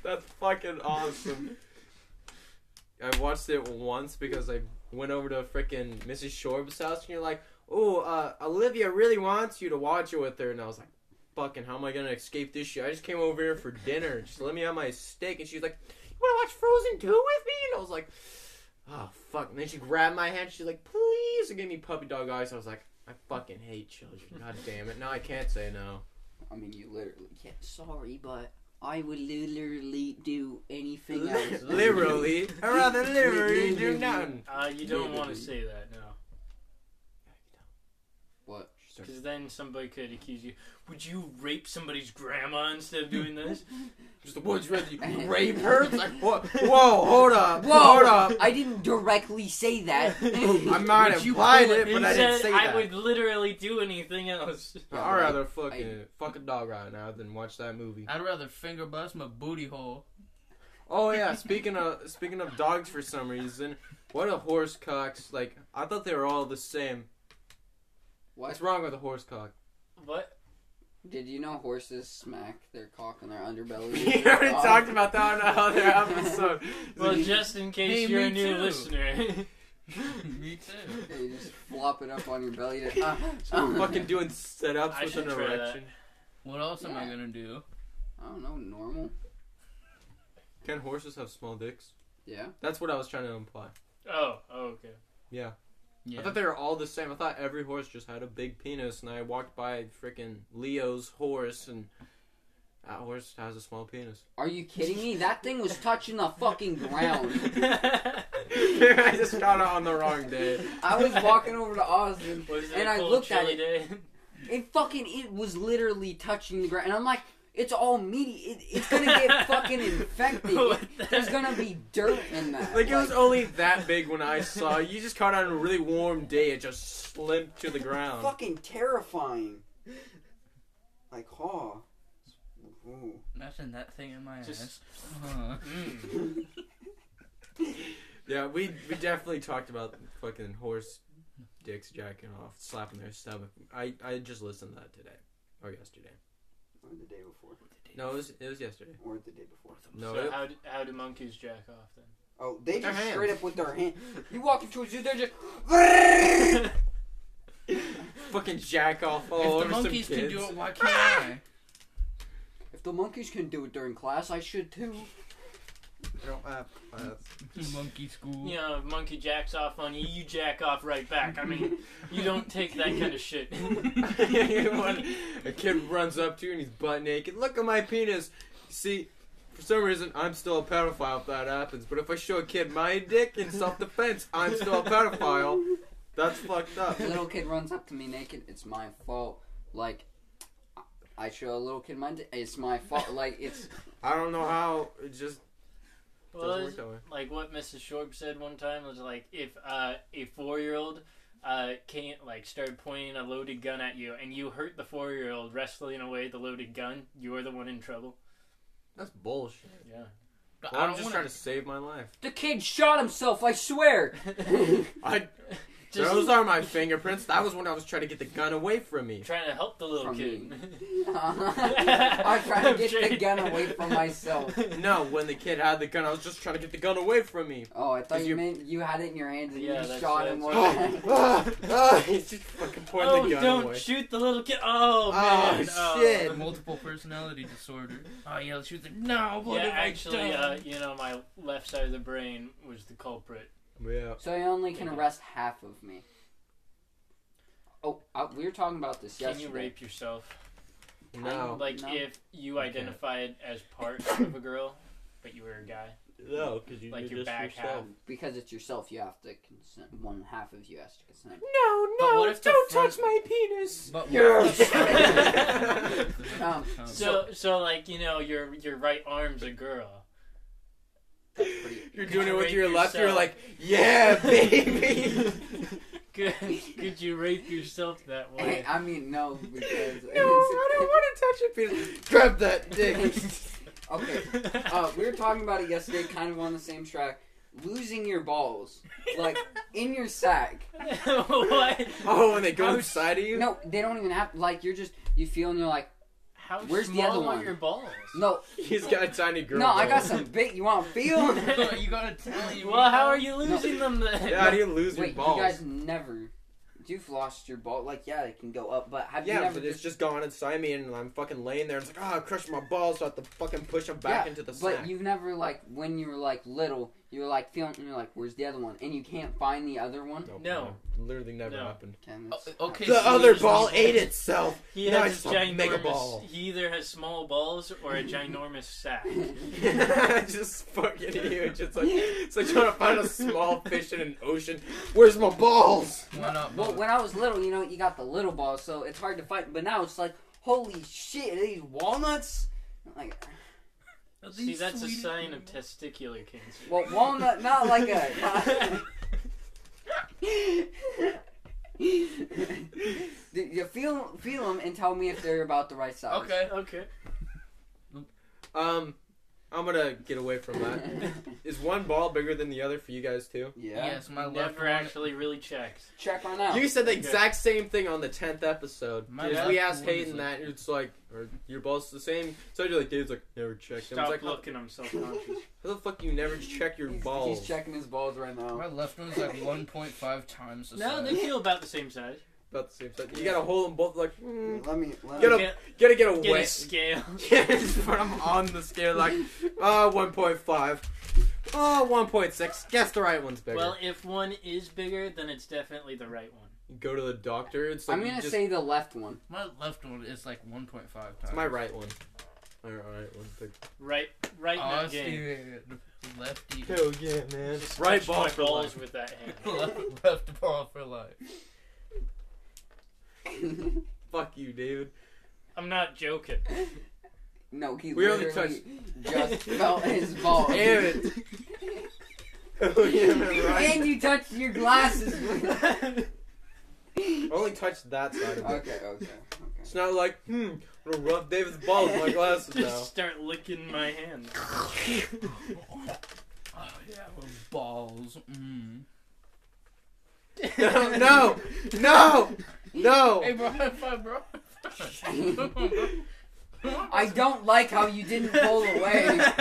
That's fucking awesome. I watched it once because I went over to frickin' Mrs. Shorb's house and you're like, oh, uh, Olivia really wants you to watch it with her. And I was like, fucking, how am I gonna escape this shit? I just came over here for dinner. Just let me have my steak. And she's like, you wanna watch Frozen 2 with me? And I was like, oh, fuck. And then she grabbed my hand. She's like, please. And gave me puppy dog eyes. I was like, I fucking hate children. God damn it. Now I can't say no. I mean, you literally can't. Sorry, but I would literally do anything else. literally. I'd rather literally do nothing. Uh, you don't want to say that, no, What? because then somebody could accuse you. Would you rape somebody's grandma instead of doing this? Just the woods rather you rape her? It's like, whoa, whoa, hold up, Whoa! hold up. I didn't directly say that. I might Would have you implied pull it, it but you I didn't said say I that. would literally do anything else. I'd rather fucking fuck a dog right now than watch that movie. I'd rather finger bust my booty hole. Oh yeah, speaking of speaking of dogs for some reason, what a horse cocks like I thought they were all the same. What's What? wrong with a horse cock? What? Did you know horses smack their cock on their underbelly? Oh. We already talked about that on another episode. Well, just in case Hey, you're a me new too. listener. Me too. You just flop it up on your belly. To, uh, So we're fucking doing sit ups I with should an try that. erection. What else am I Yeah. gonna do? I don't know, normal. Can horses have small dicks? Yeah. That's what I was trying to imply. oh, oh, okay. Yeah. Yeah. I thought they were all the same. I thought every horse just had a big penis, and I walked by freaking Leo's horse, and that horse has a small penis. Are you kidding me? That thing was touching the fucking ground. I just got it on the wrong day. I was walking over to Austin, Was it and a I cold, looked at chilly it. Day? It fucking it was literally touching the ground, and I'm like, it's all meaty. It, it's gonna get fucking infected. What the- There's gonna be dirt in that. Like it was only that big when I saw it. you. Just caught it on a really warm day. It just slipped to the ground. fucking terrifying. Like, huh. Ooh. Imagine that thing in my Just- ass. Uh-huh. Huh. Mm. Yeah, we we definitely talked about fucking horse dicks jacking off, slapping their stomach. I I just listened to that today or yesterday. Or the day before, No, it was it was yesterday. or the day before. No, so it, how do, how do monkeys jack off then? Oh, they Their just hands. straight up with their hand. You walk into a zoo, they're just. fucking jack off all if over the some monkeys can kids. do it, why can't I? If the monkeys can do it during class, I should too. Monkey school. You know, if monkey jacks off on you, you jack off right back. I mean, you don't take that kind of shit. a kid runs up to you and he's butt naked. Look at my penis. See, for some reason, I'm still a pedophile if that happens. But if I show a kid my dick in self-defense, I'm still a pedophile. That's fucked up. A little kid runs up to me naked. It's my fault. Like, I show a little kid my. di- It's my fault. Like, it's. I don't know how. It just Well, doesn't it's- work that way. like what Mrs. Shorb said one time was like if uh, a four year old uh, can't like started pointing a loaded gun at you and you hurt the four year old wrestling away the loaded gun, you're the one in trouble. That's bullshit. Yeah. But Well, I I'm don't just wanna- trying to save my life. The kid shot himself, I swear! I, Just those are my fingerprints. That was when I was trying to get the gun away from me. trying to help the little From kid. I'm trying to get the gun away from myself. Oh, No, when the kid had the gun, I was just trying to get the gun away from me. Oh, I thought Is you your- meant you had it in your hands and Yeah, you that's- shot him. that's- one oh, time. ah, ah, he's just fucking pointing Oh, the gun don't away. shoot the little kid! Oh, Oh, man! Oh. shit. Multiple personality disorder. Oh yeah, let's shoot the. No, what Yeah, have I actually, done? uh, you know, my left side of the brain was the culprit. Yeah. so you only can arrest half of me. Oh, I, we were talking about this Can yesterday. you rape yourself? No. Like, Oh, No. if you Okay. identified as part of a girl, but you were a guy. No, because you Like did your this back yourself. Because it's yourself, you have to consent. One half of you has to consent. No, But no, what if the don't front- touch my penis. But Yeah. what- Um, So, so like you know, your your right arm's a girl, That's pretty. You're doing it with Rape your left. You're yourself. like, yeah, baby. Could, could you rape yourself that way? I mean, no, because no, I don't want to touch it. Peter. Grab that dick. okay. Uh, we were talking about it yesterday, kind of on the same track. Losing your balls, like in your sack. what? oh, when they go How inside of you. No, they don't even have. Like you're just you feel and you're like, How Where's the small other are one? your balls? no, he's got a tiny girl. no, I got balls. some big. You want to feel? you gotta tell you. Well, how are you losing them then? Yeah, how do you lose your Wait, balls? you guys never. You've lost your ball. Like, yeah, it can go up, but have you yeah, never but it's just just? gone inside me, and I'm fucking laying there. It's like, oh, I crushed my balls, so I have to fucking push them back Yeah, into the but sack. you've never like when you were like little, you were like feeling, and you're like, "Where's the other one?" And you can't find the other one. Nope, No. literally never No. happened. Okay, that's- Oh, okay. The so other there's- ball ate itself. He No, has I a just saw mega ginormous. ball. He either has small balls or a ginormous sack. just fucking huge. It's like it's like trying to find a small fish in an ocean. Where's my balls? Why not? Well, both? when I was little, you know, you got the little balls, so it's hard to fight. But now it's like, holy shit, are these walnuts? Like, Are See, these that's a sweet- sign of testicular cancer. well, walnut, not like a. not- Dude, you feel feel them and tell me if they're about the right size. Okay. okay. Um, I'm gonna get away from that. Is one ball bigger than the other for you guys too? yeah. Yes, my left Never one. actually really checked. Check on out. You said the Okay. exact same thing on the tenth episode. My 'Cause bad. we asked What is Hayden it? that, and it's like, are your balls the same? So you're like, Dave's like, never checked. them. I Stop was like, looking. I'm self-conscious. how the fuck you never check your he's, balls? He's checking his balls right now. My left one's like 1.5 times the no, size. they feel about the same size. About the same size. You gotta hold them both like, mm, Let me. Let Get me. up. Get, gotta get get away. a scale. Yeah, just put 'em on the scale like, oh, 1.5. Oh, 1.6. Guess the right one's bigger. Well, if one is bigger, then it's definitely the right one. go to the doctor. It's like, I'm you gonna just- say the left one. My left one is like 1.5 times. it's my right one. All right, one thing. Right, right in that game. Austin, lefty. Hell yeah, man. Just Right touch ball my for balls life. with that hand. left, left ball for life. Fuck you, David. I'm not joking. no, he We only literally just felt his balls. Damn it. Hell yeah, man. Right. And you touched your glasses. I only touched that side of it. okay, okay. It's not like, hmm, I'm gonna rub David's balls with my glasses Just now. start licking my hand. Oh, yeah, with balls. Mm. No, no, no, no. Hey, bro, high five, bro. Come on, bro. I don't like how you didn't pull away.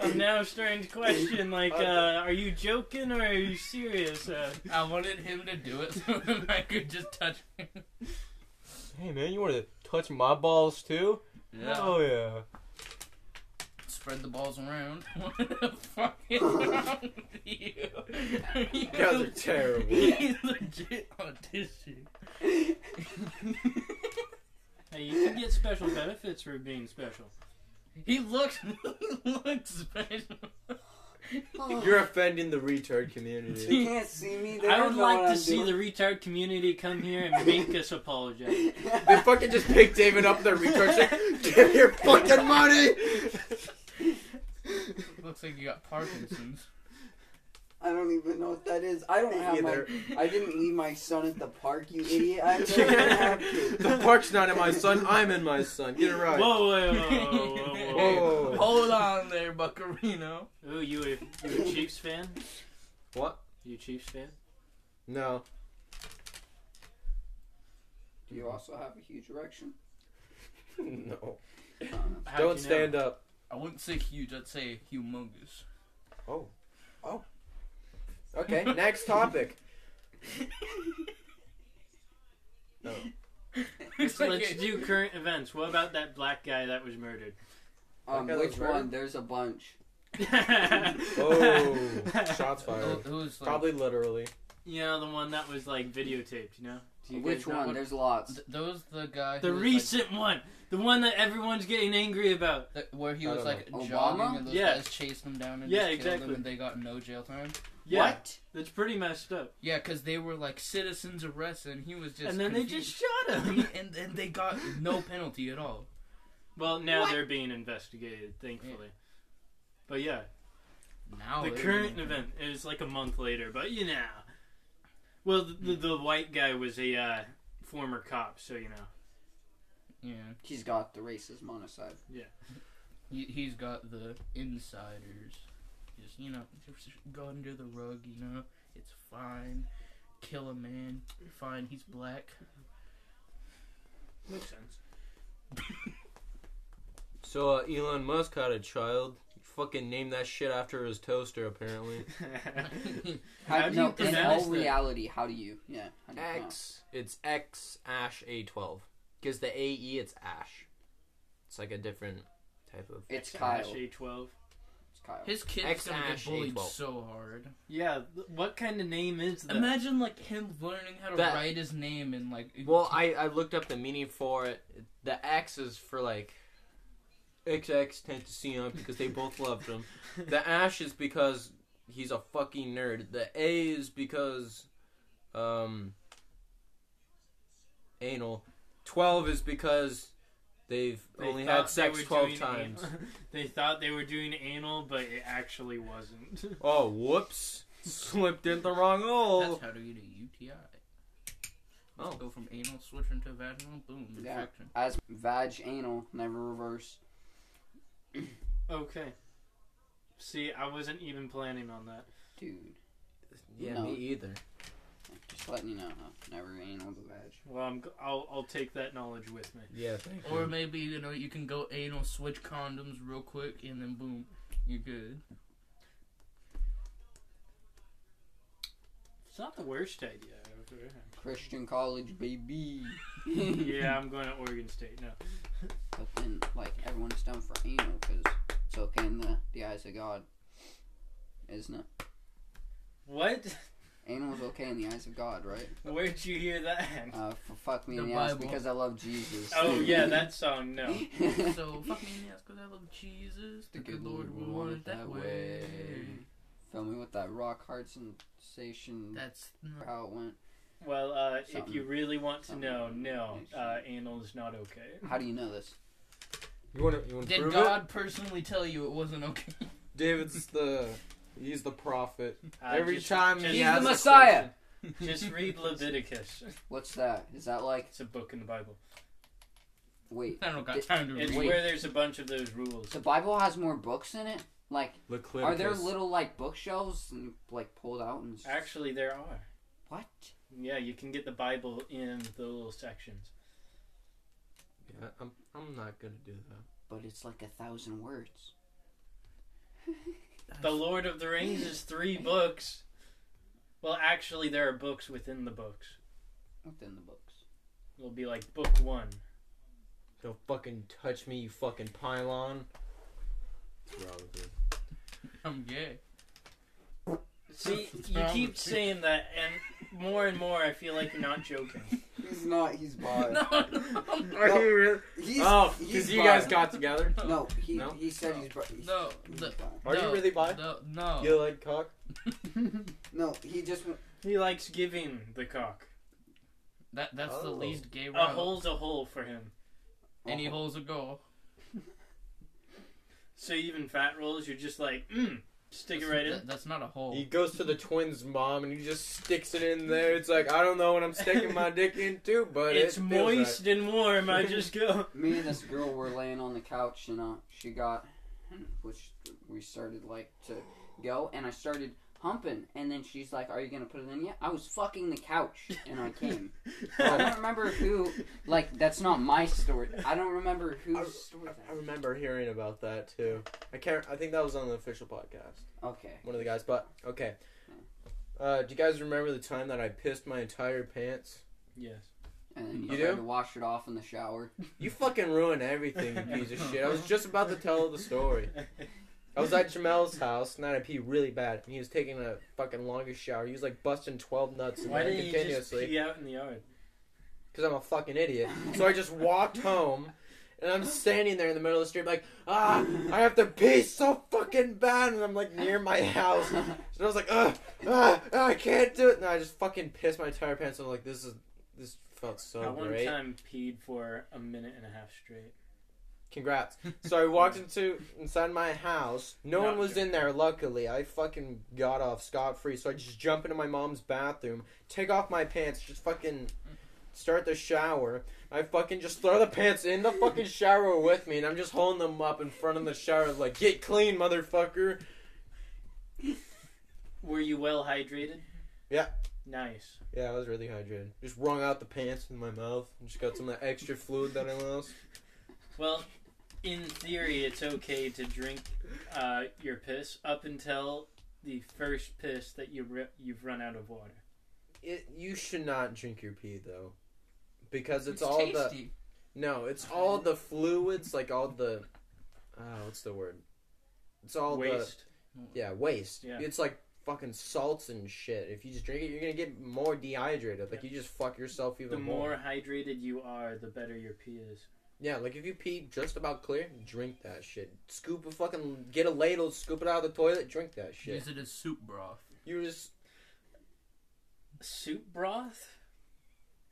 I'm now starting to question, like, uh, Okay. are you joking or are you serious? Uh, I wanted him to do it so that I could just touch him. Hey, man, you want to touch my balls too? Oh, yeah. Spread the balls around. What the fuck is wrong with you? You You guys are terrible. He's legit on tissue. hey, you can get special benefits for being special. He looks, he looks special. You're offending the retard community. you can't see me. They I don't would know like what to I'm see doing. the retard community come here and make us apologize. They fucking just pick David up their retard shit. Give your fucking money! Looks like you got Parkinson's. I don't even know what that is. I don't have Either. my. I didn't leave my son at the park, you idiot. I don't have to. The park's not in my son, I'm in my son. Get it right. Whoa, whoa, Oh, whoa, whoa, whoa. Whoa. Hold on there, Buccarino. Ooh, you a, you a Chiefs fan? What? You a Chiefs fan? No. Do you also have a huge erection? No. How'd Don't you know? stand up. I wouldn't say huge, I'd say humongous. Oh. Oh. Okay, next topic. It's like Let's a- do current events. What about that black guy that was murdered? Um, Okay, which that's right. one? There's a bunch. Oh. Shots fired. Who- who's like, Probably literally. You know, the one that was like videotaped, you know? Do you Which guys know one? what- There's lots. th- those the guy The who was, recent one. The one that everyone's getting angry about. like, the- where he I was don't like know. Obama? jogging and those Yeah. guys chased him down and Yeah, just killed exactly. him and they got no jail time. Yeah, What? That's pretty messed up. Yeah, because they were like citizens arrested and he was just and then they confused. just shot him. and and they got no penalty at all. well, now What? they're being investigated, thankfully. But yeah, Now the it current is. event is like a month later, but you know. Well, the, the, the white guy was a uh, former cop, so you know. Yeah, He's got the racism on his side. he, he's got the insiders. Just you know, just go under the rug. You know, it's fine. Kill a man, fine. He's black. Makes sense. So uh, Elon Musk had a child. He fucking named that shit after his toaster, apparently. How I- do no, you in pronounce all that? reality, how do you? Yeah. How do you X. pronounce- It's X Ash A12. Because the AE, it's Ash. It's like a different type of. It's Dash Kyle. A12. It's Kyle. His kid's X gonna get Ash bullied equal. so hard. Yeah, th- what kind of name is that? Imagine like him learning how to That- write his name and like. Well, I, I looked up the meaning for it. The X is for like XX Tentacion because they both loved him. The Ash is because he's a fucking nerd. The A is because um anal. Twelve is because they've They only thought had they sex were twelve doing times. anal- they thought they were doing anal, but it actually wasn't. Oh, whoops. Slipped in the wrong hole. That's how to get a UTI. Let's Oh. go from anal switch into vaginal, boom, Yeah. infection. As vag anal, never reverse. okay. See, I wasn't even planning on that. Dude, Yeah, No. me either. just letting you know, huh? Never anal the vag. Well, I'm, g- I'll, I'll take that knowledge with me. Yeah, thank you. Or maybe you know you can go anal switch condoms real quick and then boom, you're good. It's not the worst idea. ever. Christian college, baby. yeah, I'm going to Oregon State. No. But then, like, everyone's done for anal because it's okay in the, the eyes of God. Isn't it? What? Anal's okay in the eyes of God, right? Where'd you hear that? Uh, f fuck me The in the ass Bible. because I love Jesus. Oh yeah, that song. No. So fuck me in the ass 'cause I love Jesus. The, The good Lord would want it that way. Fill me with that rock hard sensation. That's not how it went. Well, uh, if Something- you really want to something know, no, information. uh, anal is not okay. How do you know this? You wanna you wanna Did prove God personally tell you it wasn't okay? it? David's the he's the prophet. Uh, Every just- time just- he He's has the a Messiah. question- Just read Leviticus. What's that? Is that like It's a book in the Bible. wait? I don't got Did- time to It's read. Wait. where there's a bunch of those rules. The Bible has more books in it. Like, are there Leviticus. little like bookshelves and like pulled out and s- Actually, there are. what? Yeah, you can get the Bible in the little sections. Yeah, I'm I'm not gonna do that. But it's like a thousand words. The Lord of the Rings is three books. Well, actually, there are books within the books. Within the books. It'll be like book one. Don't fucking touch me, you fucking pylon. What's wrong with you? I'm gay. See, What's you wrong keep with you? saying that, and more and more, I feel like you're not joking. He's not. He's bi. No, no, Are No. you really? He's, Oh, he's because you bi. guys got together. No, he No? he said he's bi. No, He's the- bi. Are you no, really bi? No, no. You like cock? No, he just went. He likes giving the cock. That that's the Oh. least gay A route. hole's a hole for him. Any hole's a goal. So even fat rolls, you're just like, mm, stick it That's- right in. that- That's not a hole. He goes to the twins' mom and he just sticks it in there. It's like I don't know what I'm sticking my dick into, but it's it feels moist and warm. I just go. Me and this girl were laying on the couch, and uh, she got, which we started like to go, and I started humping, and then she's like, "Are you gonna put it in yet?" I was fucking the couch, and I came. I don't remember who. Like that's not my story. I don't remember whose story. right. I That. remember hearing about that too. I can't. I think that was on the official podcast. Okay. One of the guys, but okay. Uh, do you guys remember the time that I pissed my entire pants? Yes. And then you, You tried do? to wash it off in the shower. You fucking ruin everything, you piece of shit. I was just about to tell the story. I was at Jamel's house, and I had to pee really bad, and he was taking a fucking longest shower. He was like busting 12 nuts in Why there didn't you just continuously. pee out in the yard? because I'm a fucking idiot. So I just walked home, and I'm standing there in the middle of the street, like, ah, I have to pee so fucking bad, and I'm like near my house. So I was like, ah, ah, I can't do it. And I just fucking pissed my entire pants. I'm like, this is this felt I so one great. time peed for a minute and a half straight. Congrats. So I walked into inside my house. No Not one was sure. in there, luckily. I fucking got off scot free. So I just jump into my mom's bathroom, take off my pants, just fucking start the shower. I fucking just throw the pants in the fucking shower with me, and I'm just holding them up in front of the shower, like, get clean, motherfucker. Were you well hydrated? Yeah. Nice. Yeah, I was really hydrated. Just wrung out the pants in my mouth. and Just got some of that extra fluid that I lost. Well, in theory, it's okay to drink uh, your piss up until the first piss that you ri you've run out of water. It, you should not drink your pee though, because it's, It's all the tasty. No, it's all the fluids, like all the, uh, what's the word? It's all Waste. the yeah waste. Yeah. It's like fucking salts and shit. If you just drink it, you're gonna get more dehydrated. Like you just fuck yourself even The more hydrated you are, the better your pee is. Yeah, like if you pee just about clear, drink that shit. Scoop a fucking get a ladle, scoop it out of the toilet, drink that shit. Use it as soup broth. You just Soup broth?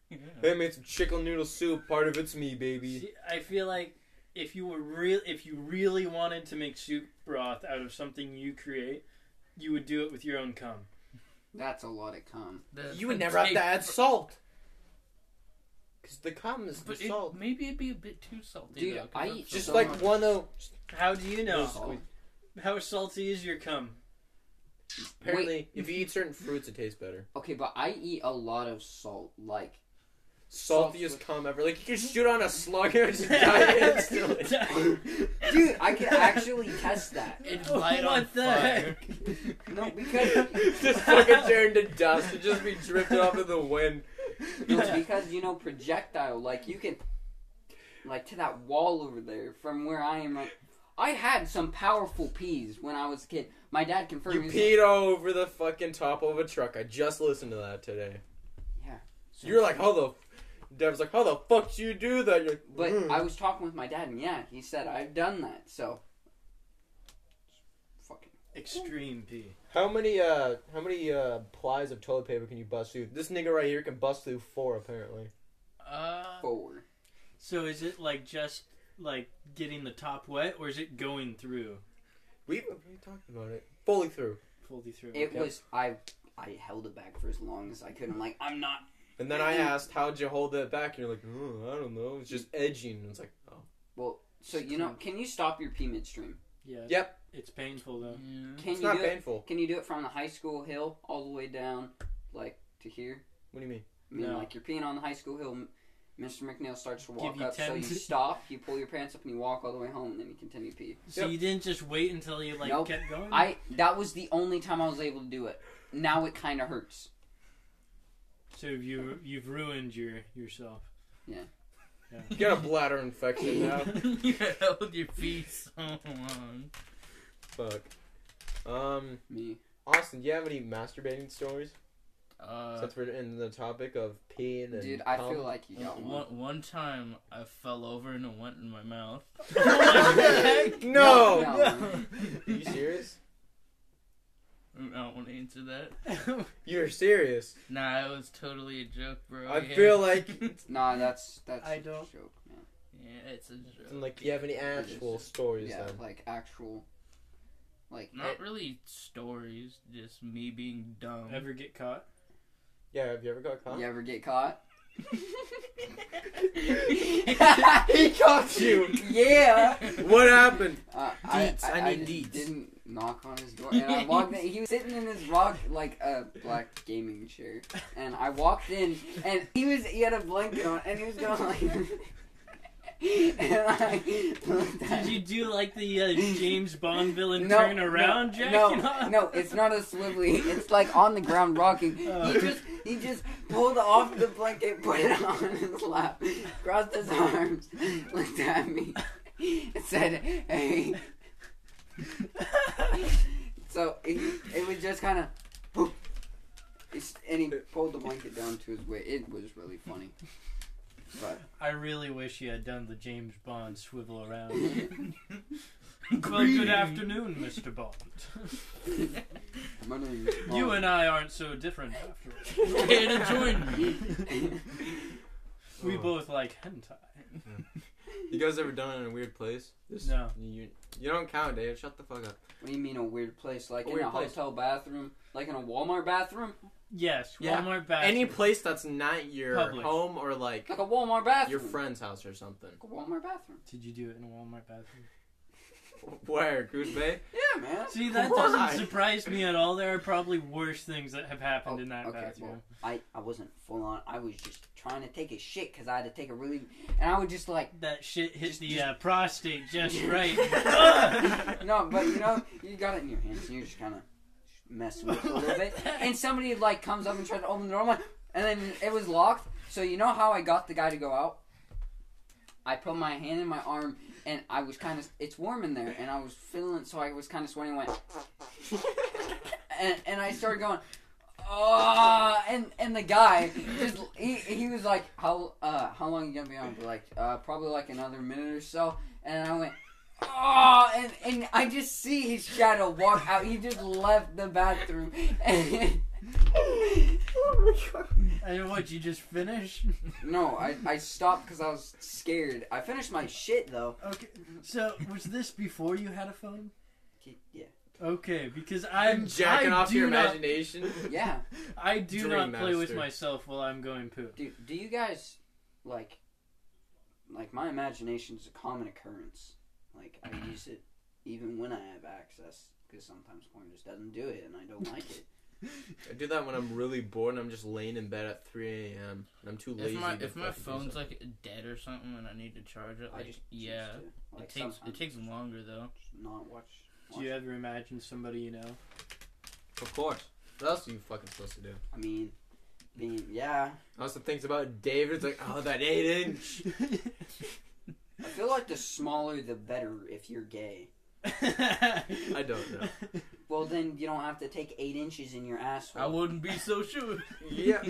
hey, I made some chicken noodle soup. Part of it's me, baby. See, I feel like if you were real, if you really wanted to make soup broth out of something you create, you would do it with your own cum. That's a lot of cum. The- You would never have to add salt. Cause the cum is the But it, salt. maybe it'd be a bit too salty. Dude, though, 'cause I I'm eat so Just so like much. one of How do you know? Salt. How salty is your cum? Apparently, if you eat certain fruits, it tastes better. Okay, but I eat a lot of salt. Like, Salt Saltiest with- cum ever. Like you can shoot on a slug and just die instantly. dude, I could actually test that. It'd Oh light on What the fire. No, because just fucking turn to dust and just be drifted off in the wind. it's because you know projectile. Like you can, like to that wall over there from where I am. Like, I had some powerful peas when I was a kid. My dad confirmed. You he's peed all over the fucking top of a truck. I just listened to that today. Yeah. You were like, how the. F-? Dev's like, how the fuck do you do that? You're like, But "Mm." I was talking with my dad, and yeah, he said I've done that. So, fucking Extreme pee. How many uh how many uh plies of toilet paper can you bust through? This nigga right here can bust through four apparently. Uh, forward. So is it like just like getting the top wet, or is it going through We've we talked about it. Fully through. fully through? It Yep. was I. I held it back for as long as I could. I'm like, I'm not. And then I asked, how'd you hold that back? And you're like, oh, I don't know. It's just edging. And it's like, oh. Well, so you know, can you stop your pee midstream? yeah. Yep. It's painful though. yeah. Can It's you not do it? painful. Can you do it from the high school hill all the way down, like to here? What do you mean? I mean, No. like you're peeing on the high school hill. M- Mr. McNeil starts to walk Give you up, so 10 you stop, you pull your pants up, and you walk all the way home, and then you continue to pee. So Yep. you didn't just wait until you like Nope. kept going. I that was the only time I was able to do it. Now it kind of hurts. So you you've ruined your yourself. You got a bladder infection now. you held your feet so long. Fuck. Um, Me, Austin, do you have any masturbating stories? Uh, Since we're in the topic of peeing and dude, I cum. feel like you Mm-hmm. got one. one, one time I fell over and it went in my mouth. no. No, Are you serious? I don't want to answer that. You're serious. Nah, it was totally a joke, bro. I Yeah. feel like- Nah, that's that's I a don't- joke, man. yeah, it's a joke. And, like, do you have any actual stories Yeah, then? like actual, like eh, Not it- really stories, just me being dumb. Ever get caught? Yeah, have you ever got caught? you ever get caught? he caught you. yeah. What happened? Uh, Deets, I need just deets. Didn't knock on his door, and I walked in. He was sitting in his rock like a black gaming chair, and I walked in, and he was he had a blanket on, and he was going like. and I looked at Did you do like the uh, James Bond villain No, turn around, Jack? No, You know? no, it's not a swivelly. It's like on the ground rocking. Oh. He just he just pulled off the blanket, put it on his lap, crossed his arms, looked at me, and said, "Hey." so it, it was just kind of. And he pulled the blanket down to his waist. It was really funny, but I really wish you had done the James Bond swivel around. well, Greedy. good afternoon, Mr. Bond. my name is You Bond. and I aren't so different after all. Care to join me? We Oh. both like hentai. You guys ever done it in a weird place? This- No. You, you don't count, Dave. Shut the fuck up. What do you mean a weird place? Like A in weird a place. hotel bathroom? Like in a Walmart bathroom? Yes, Yeah. Walmart bathroom. Any place that's not your Public. home or like Like a Walmart bathroom. your friend's house or something. Like a Walmart bathroom. Did you do it in a Walmart bathroom? Where? Coos Bay? Yeah, man. See, that Why? doesn't surprise me at all. There are probably worse things that have happened Oh, in that okay, bathroom. I, I wasn't full on. I was just trying to take a shit because I had to take a really. And I would just like. That shit hit Just- the just- uh, prostate just right. No, but you know, you got it in your hands and you're just kind of messing with it a little bit. And somebody like comes up and tries to open the door. I'm like, and then it was locked. So you know how I got the guy to go out? I put my hand in my arm and I was kind of. It's warm in there and I was feeling. So I was kind of sweating. Went and and I started going. Oh, and and the guy just he, he was like, how uh how long you gonna be on? But like uh probably like another minute or so. And I went, Oh, and, and I just see his shadow walk out. He just left the bathroom. and what, you just finish? no, I, I stopped because I was scared. I finished my shit though. Okay, so was this before you had a phone? Yeah. Okay, because I'm I'm jacking I off do your not- imagination. Yeah. I do Dream not play with master. myself while I'm going poo. Do, do you guys, like, like my imagination is a common occurrence. Like, I use it even when I have access because sometimes porn just doesn't do it and I don't like it. I do that when I'm really bored and I'm just laying in bed at 3 a.m. and I'm too If lazy. my to if my fucking do phone's something. like dead or something and I need to charge it, I like just choose yeah, to, it like, takes it sometimes takes longer though. just Not watch. Do you ever imagine somebody you know? Of course. What else are you fucking supposed to do? I mean, being yeah. I also thinks about David. It's like, oh, that Aiden. I feel like the smaller the better if you're gay. I I don't know. Well, then you don't have to take eight inches in your asshole. I wouldn't be so sure. Yeah.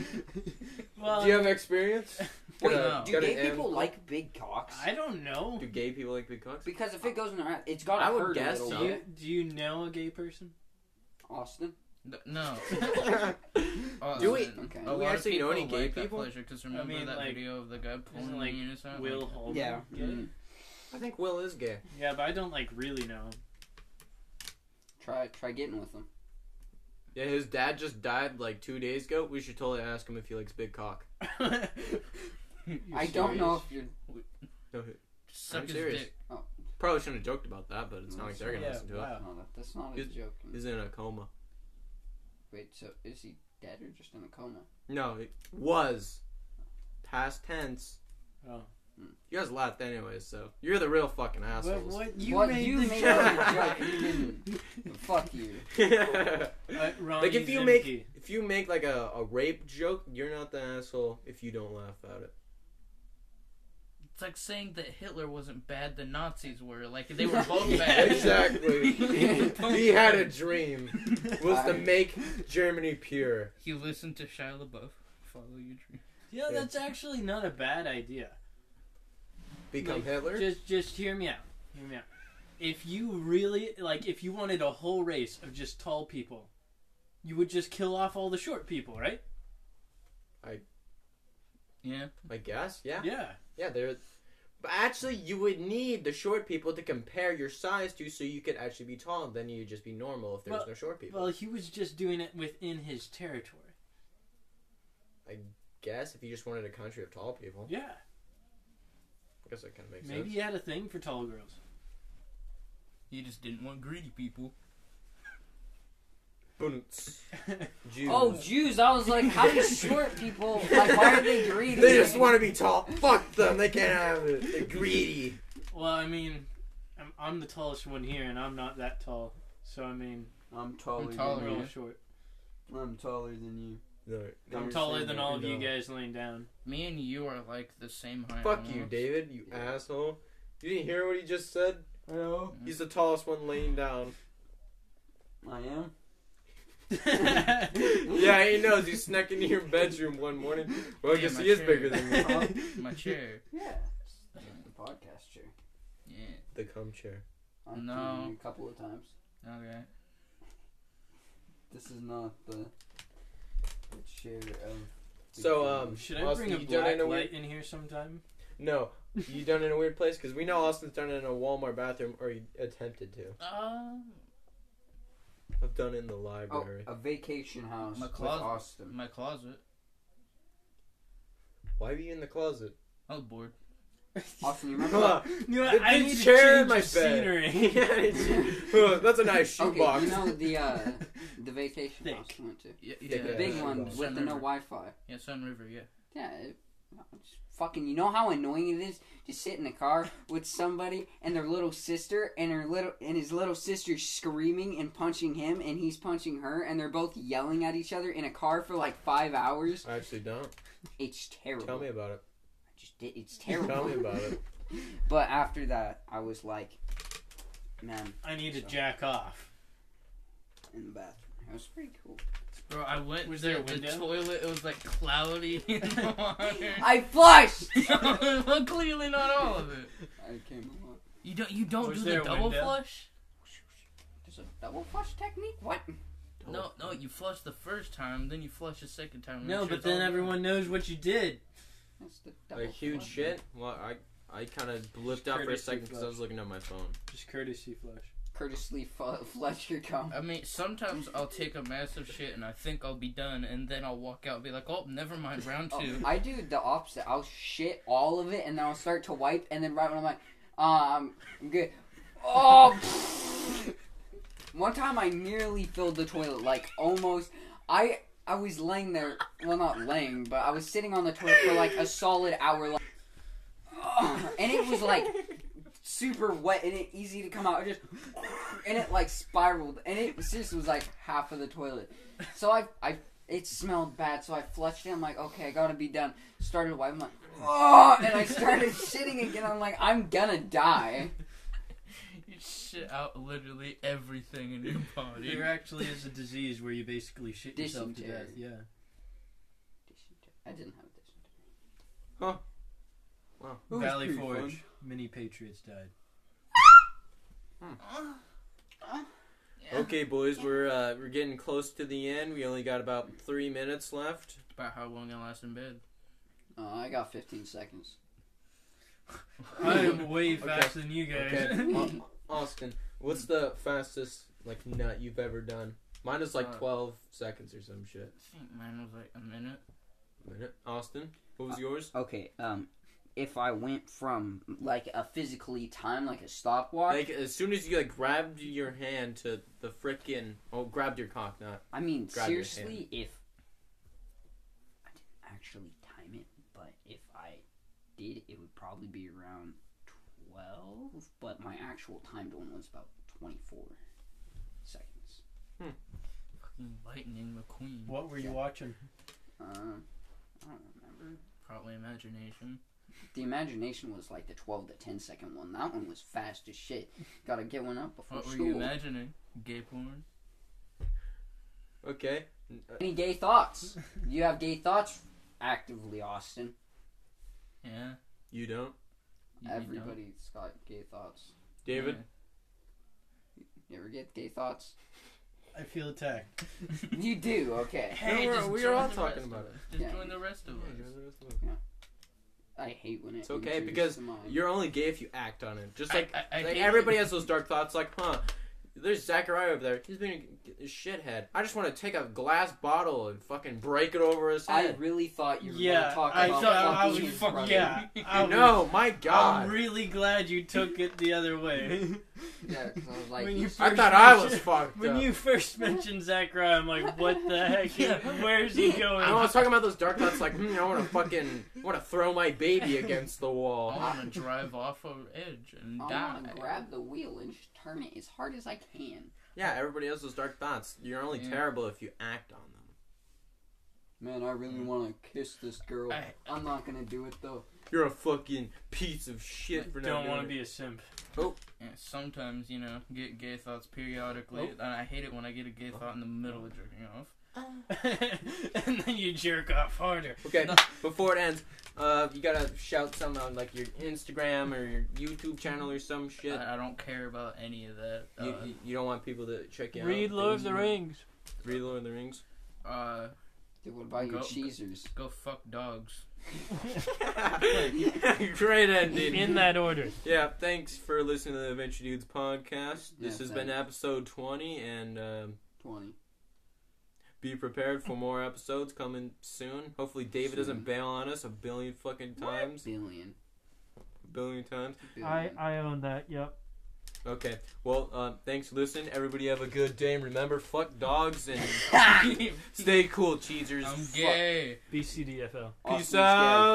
Well, do you have experience? Wait, No. do Got an gay M. people like big cocks? I don't know. Do gay people like big cocks? Because if it goes in their ass, it's got to I would hurt guess a Do little so. you, bit. do you know a gay person? Austin, Th- No. Uh, Do we- then, Okay. a we Do lot of actually know people any gay like that people? pleasure, 'cause remember mean, that like, video of the guy pulling like, the unison? Will Like, Holden. yeah, gay? mm, I think Will is gay. Yeah, but I don't like really know him. try try getting with them. Yeah, his dad just died like two days ago. We should totally ask him if he likes big cock. I don't know if you're. No, suck I'm his serious. dick. probably shouldn't have joked about that, but it's not like they're gonna Yeah, listen to it. wow. No, that, that's not a Is- joke. He's in a coma. Wait, so is he dead or just in a coma? No, it was past tense. Oh. You guys laughed anyway, so you're the real fucking What, assholes. what you What, made you the made joke. the joke, you didn't. Fuck you. Uh, Ronnie like if you Zimke. make if you make like a, a rape joke, you're not the asshole if you don't laugh at it. It's like saying that Hitler wasn't bad, the Nazis were. Like, they were both bad. Exactly. he had a dream was to I- make Germany pure. You listen to Shia LaBeouf. Follow your dream. Yeah, that's actually not a bad idea. Become Like, Hitler. Just just hear me out. Hear me out. If you really like if you wanted a whole race of just tall people, you would just kill off all the short people, right? Yeah. I guess. Yeah. Yeah. Yeah, there. But actually, you would need the short people to compare your size to, so you could actually be tall. Then you'd just be normal if there was Well- no short people. Well, he was just doing it within his territory. guess if you just wanted a country of tall people, Yeah. I guess that kind of makes Maybe sense. he had a thing for tall girls. You just didn't want greedy people. Boots. Jews. Oh, Jews! I was like, how do short people? Like, why are they greedy? they just want to be tall. Fuck them. They can't have it. They're greedy. Well, I mean, I'm, I'm the tallest one here, and I'm not that tall. So I mean, I'm taller. Oh, I'm we're taller, all yeah. short. Than, I'm taller than you. No, I'm You're taller saying than that all of you no. guys laying down. Me and you are like the same height. Fuck almost. you, David. You Yeah. asshole. You didn't hear what he just said. I know. He's the tallest one laying down. I am. yeah, he knows. He snuck into your bedroom one morning. Well, I Yeah, guess my he is chair. bigger than me. My chair. Yeah. The podcast chair. Yeah. the cum chair. I've No. done it A couple of times. Okay. This is not the, the chair of. the So, game. um, Should I Austin, bring a um, you done it black in a light in here sometime? No, you done it in a weird place because we know Austin's done it in a Walmart bathroom or he attempted to. Um, I've done it in the Oh, library. a vacation house My with closet. Austin. my closet. Why were you in the closet? I was bored. Austin, you remember? that? Huh, You know, The I big need to chair in change my my bed. scenery. huh, That's a nice okay, shoebox. you know the uh, the vacation house Thick. we went to. Yeah, Yeah, The yeah, big yeah. one Sun with the River. no Wi-Fi. Yeah, Sun River. Yeah. Yeah, it, just fucking. You know how annoying it is to sit in a car with somebody and their little sister and her little and his little sister screaming and punching him and he's punching her and they're both yelling at each other in a car for like five hours. I actually don't. It's terrible. Tell me about it. I just did. It's terrible. Tell me about it. But after that, I was like, man, I need to jack off. in the bathroom. It was pretty cool. Bro, I went Was to there a the window? toilet. It was like cloudy in the water. I flushed. well, clearly not all of it. I came along. You don't. You don't Was do there the a double window? flush. There's a double flush technique. What? No, no. You flush the first time, then you flush the second time. and make No, sure but it's then all- everyone knows what you did. That's the double Like huge flush. shit. Well, I I kind of blipped out for a Courtesy second because I flush. was looking at my phone. Just courtesy flush. Courteously fu- flush your cum. I mean, sometimes I'll take a massive shit and I think I'll be done, and then I'll walk out and be like, "Oh, never mind, round Oh, two. I do the opposite. I'll shit all of it and then I'll start to wipe and then right when I'm like, um, I'm good. Oh. One time I nearly filled the toilet, like almost. I I was laying there, well not laying, but I was sitting on the toilet for like a solid hour, like, Ugh. and it was like super wet and it easy to come out. It just and it like spiraled and it just was like half of the toilet. So I I it smelled bad, so I flushed it. I'm like, okay, I gotta be done. Started wiping, I'm like, oh, and I started shitting again. I'm like, I'm gonna die. You shit out literally everything in your body. There actually is a disease where you basically shit yourself to Dysentery. death. Yeah. I didn't have this. Wow. It was Valley pretty Forge. fun. Many patriots died. Yeah. Okay, boys, we're uh, we're getting close to the end. We only got about three minutes left. About how long I last in bed. Oh, I got 15 seconds. I am way Okay. faster than you guys. Okay, Au- Austin, what's the fastest like nut you've ever done? Mine is like Uh, twelve seconds or some shit. I think mine was like a minute. Minute. Austin, what was yours? Okay, um, if I went from like a physically time, like a stopwatch, Like as soon as you like grabbed your hand to the frickin' oh grabbed your cock nut. I mean, grab your seriously, if I didn't actually time it, but if I did, it would probably be around 12, but my actual timed one was about 24 seconds. Fucking Lightning McQueen. What were you Yeah. watching? Um, I don't remember. Probably imagination. The imagination was like the 12 to 10 second one. That one was fast as shit. Gotta get one up before What were school. you imagining? Gay porn? Okay. Uh, Any gay thoughts? you have gay thoughts actively, Austin. Yeah. You don't, You- you don't? Everybody's got gay thoughts. David. You ever get gay thoughts? I feel attacked. Yeah. You do, okay. Hey, we're- just we are join all the talking rest about of us. Just Yeah. join the rest of us. I hate when it. It's okay, injures because the mind. You're only gay if you act on it. Just I- like I- I like hate everybody it. has those dark thoughts. Like, huh? There's Zachariah over there. He's being a shithead. I just want to take a glass bottle and fucking break it over his I head. really thought you were Yeah, gonna talk I about thought I fucking was his fuck- brother. yeah. I was- no, my I'm God. really glad you took it the other way. Yeah, 'cause I was like, When you he's- fuck- I thought I was First fucked When up. you first mentioned Zachariah, I'm like, what the heck? Yeah. Where's he I was going? talking about those dark thoughts. Like, hmm, I want to fucking want to throw my baby against the I wall. Oh, want to drive off a edge and I die. want to grab the wheel and just turn it as hard as I can. Yeah, everybody has those dark thoughts. You're only Yeah. terrible if you act on them. Man, I really Mm. want to kiss this girl. I- I'm not gonna do it though. You're a fucking piece of shit for not Don't doing want it. to be a simp. Yeah, sometimes, you know, get gay thoughts periodically, and I hate it when I get a gay thought in the middle of jerking off. and then you jerk off harder. Okay, before it ends, uh, you gotta shout something on like your Instagram or your YouTube channel or some shit. I, I don't care about any of that. Uh, You, you, you don't want people to check you out. Read Lord of the Things- Rings. Read Lord of the Rings. uh, Dude, what about your Go- cheesers? go fuck dogs. Great ending. In that order. yeah, thanks for listening to the Adventure Dudes podcast. This has been episode 20, and um, Twenty. be prepared for more episodes coming soon. Hopefully, David doesn't Soon. bail on us a billion fucking times. Billion. A billion times. I, Billion. I own that, yep. Okay, well, uh, thanks for listening. Everybody have a good day. And remember, fuck dogs and stay cool, cheesers. I'm Fuck. gay. BCDFL. Peace out.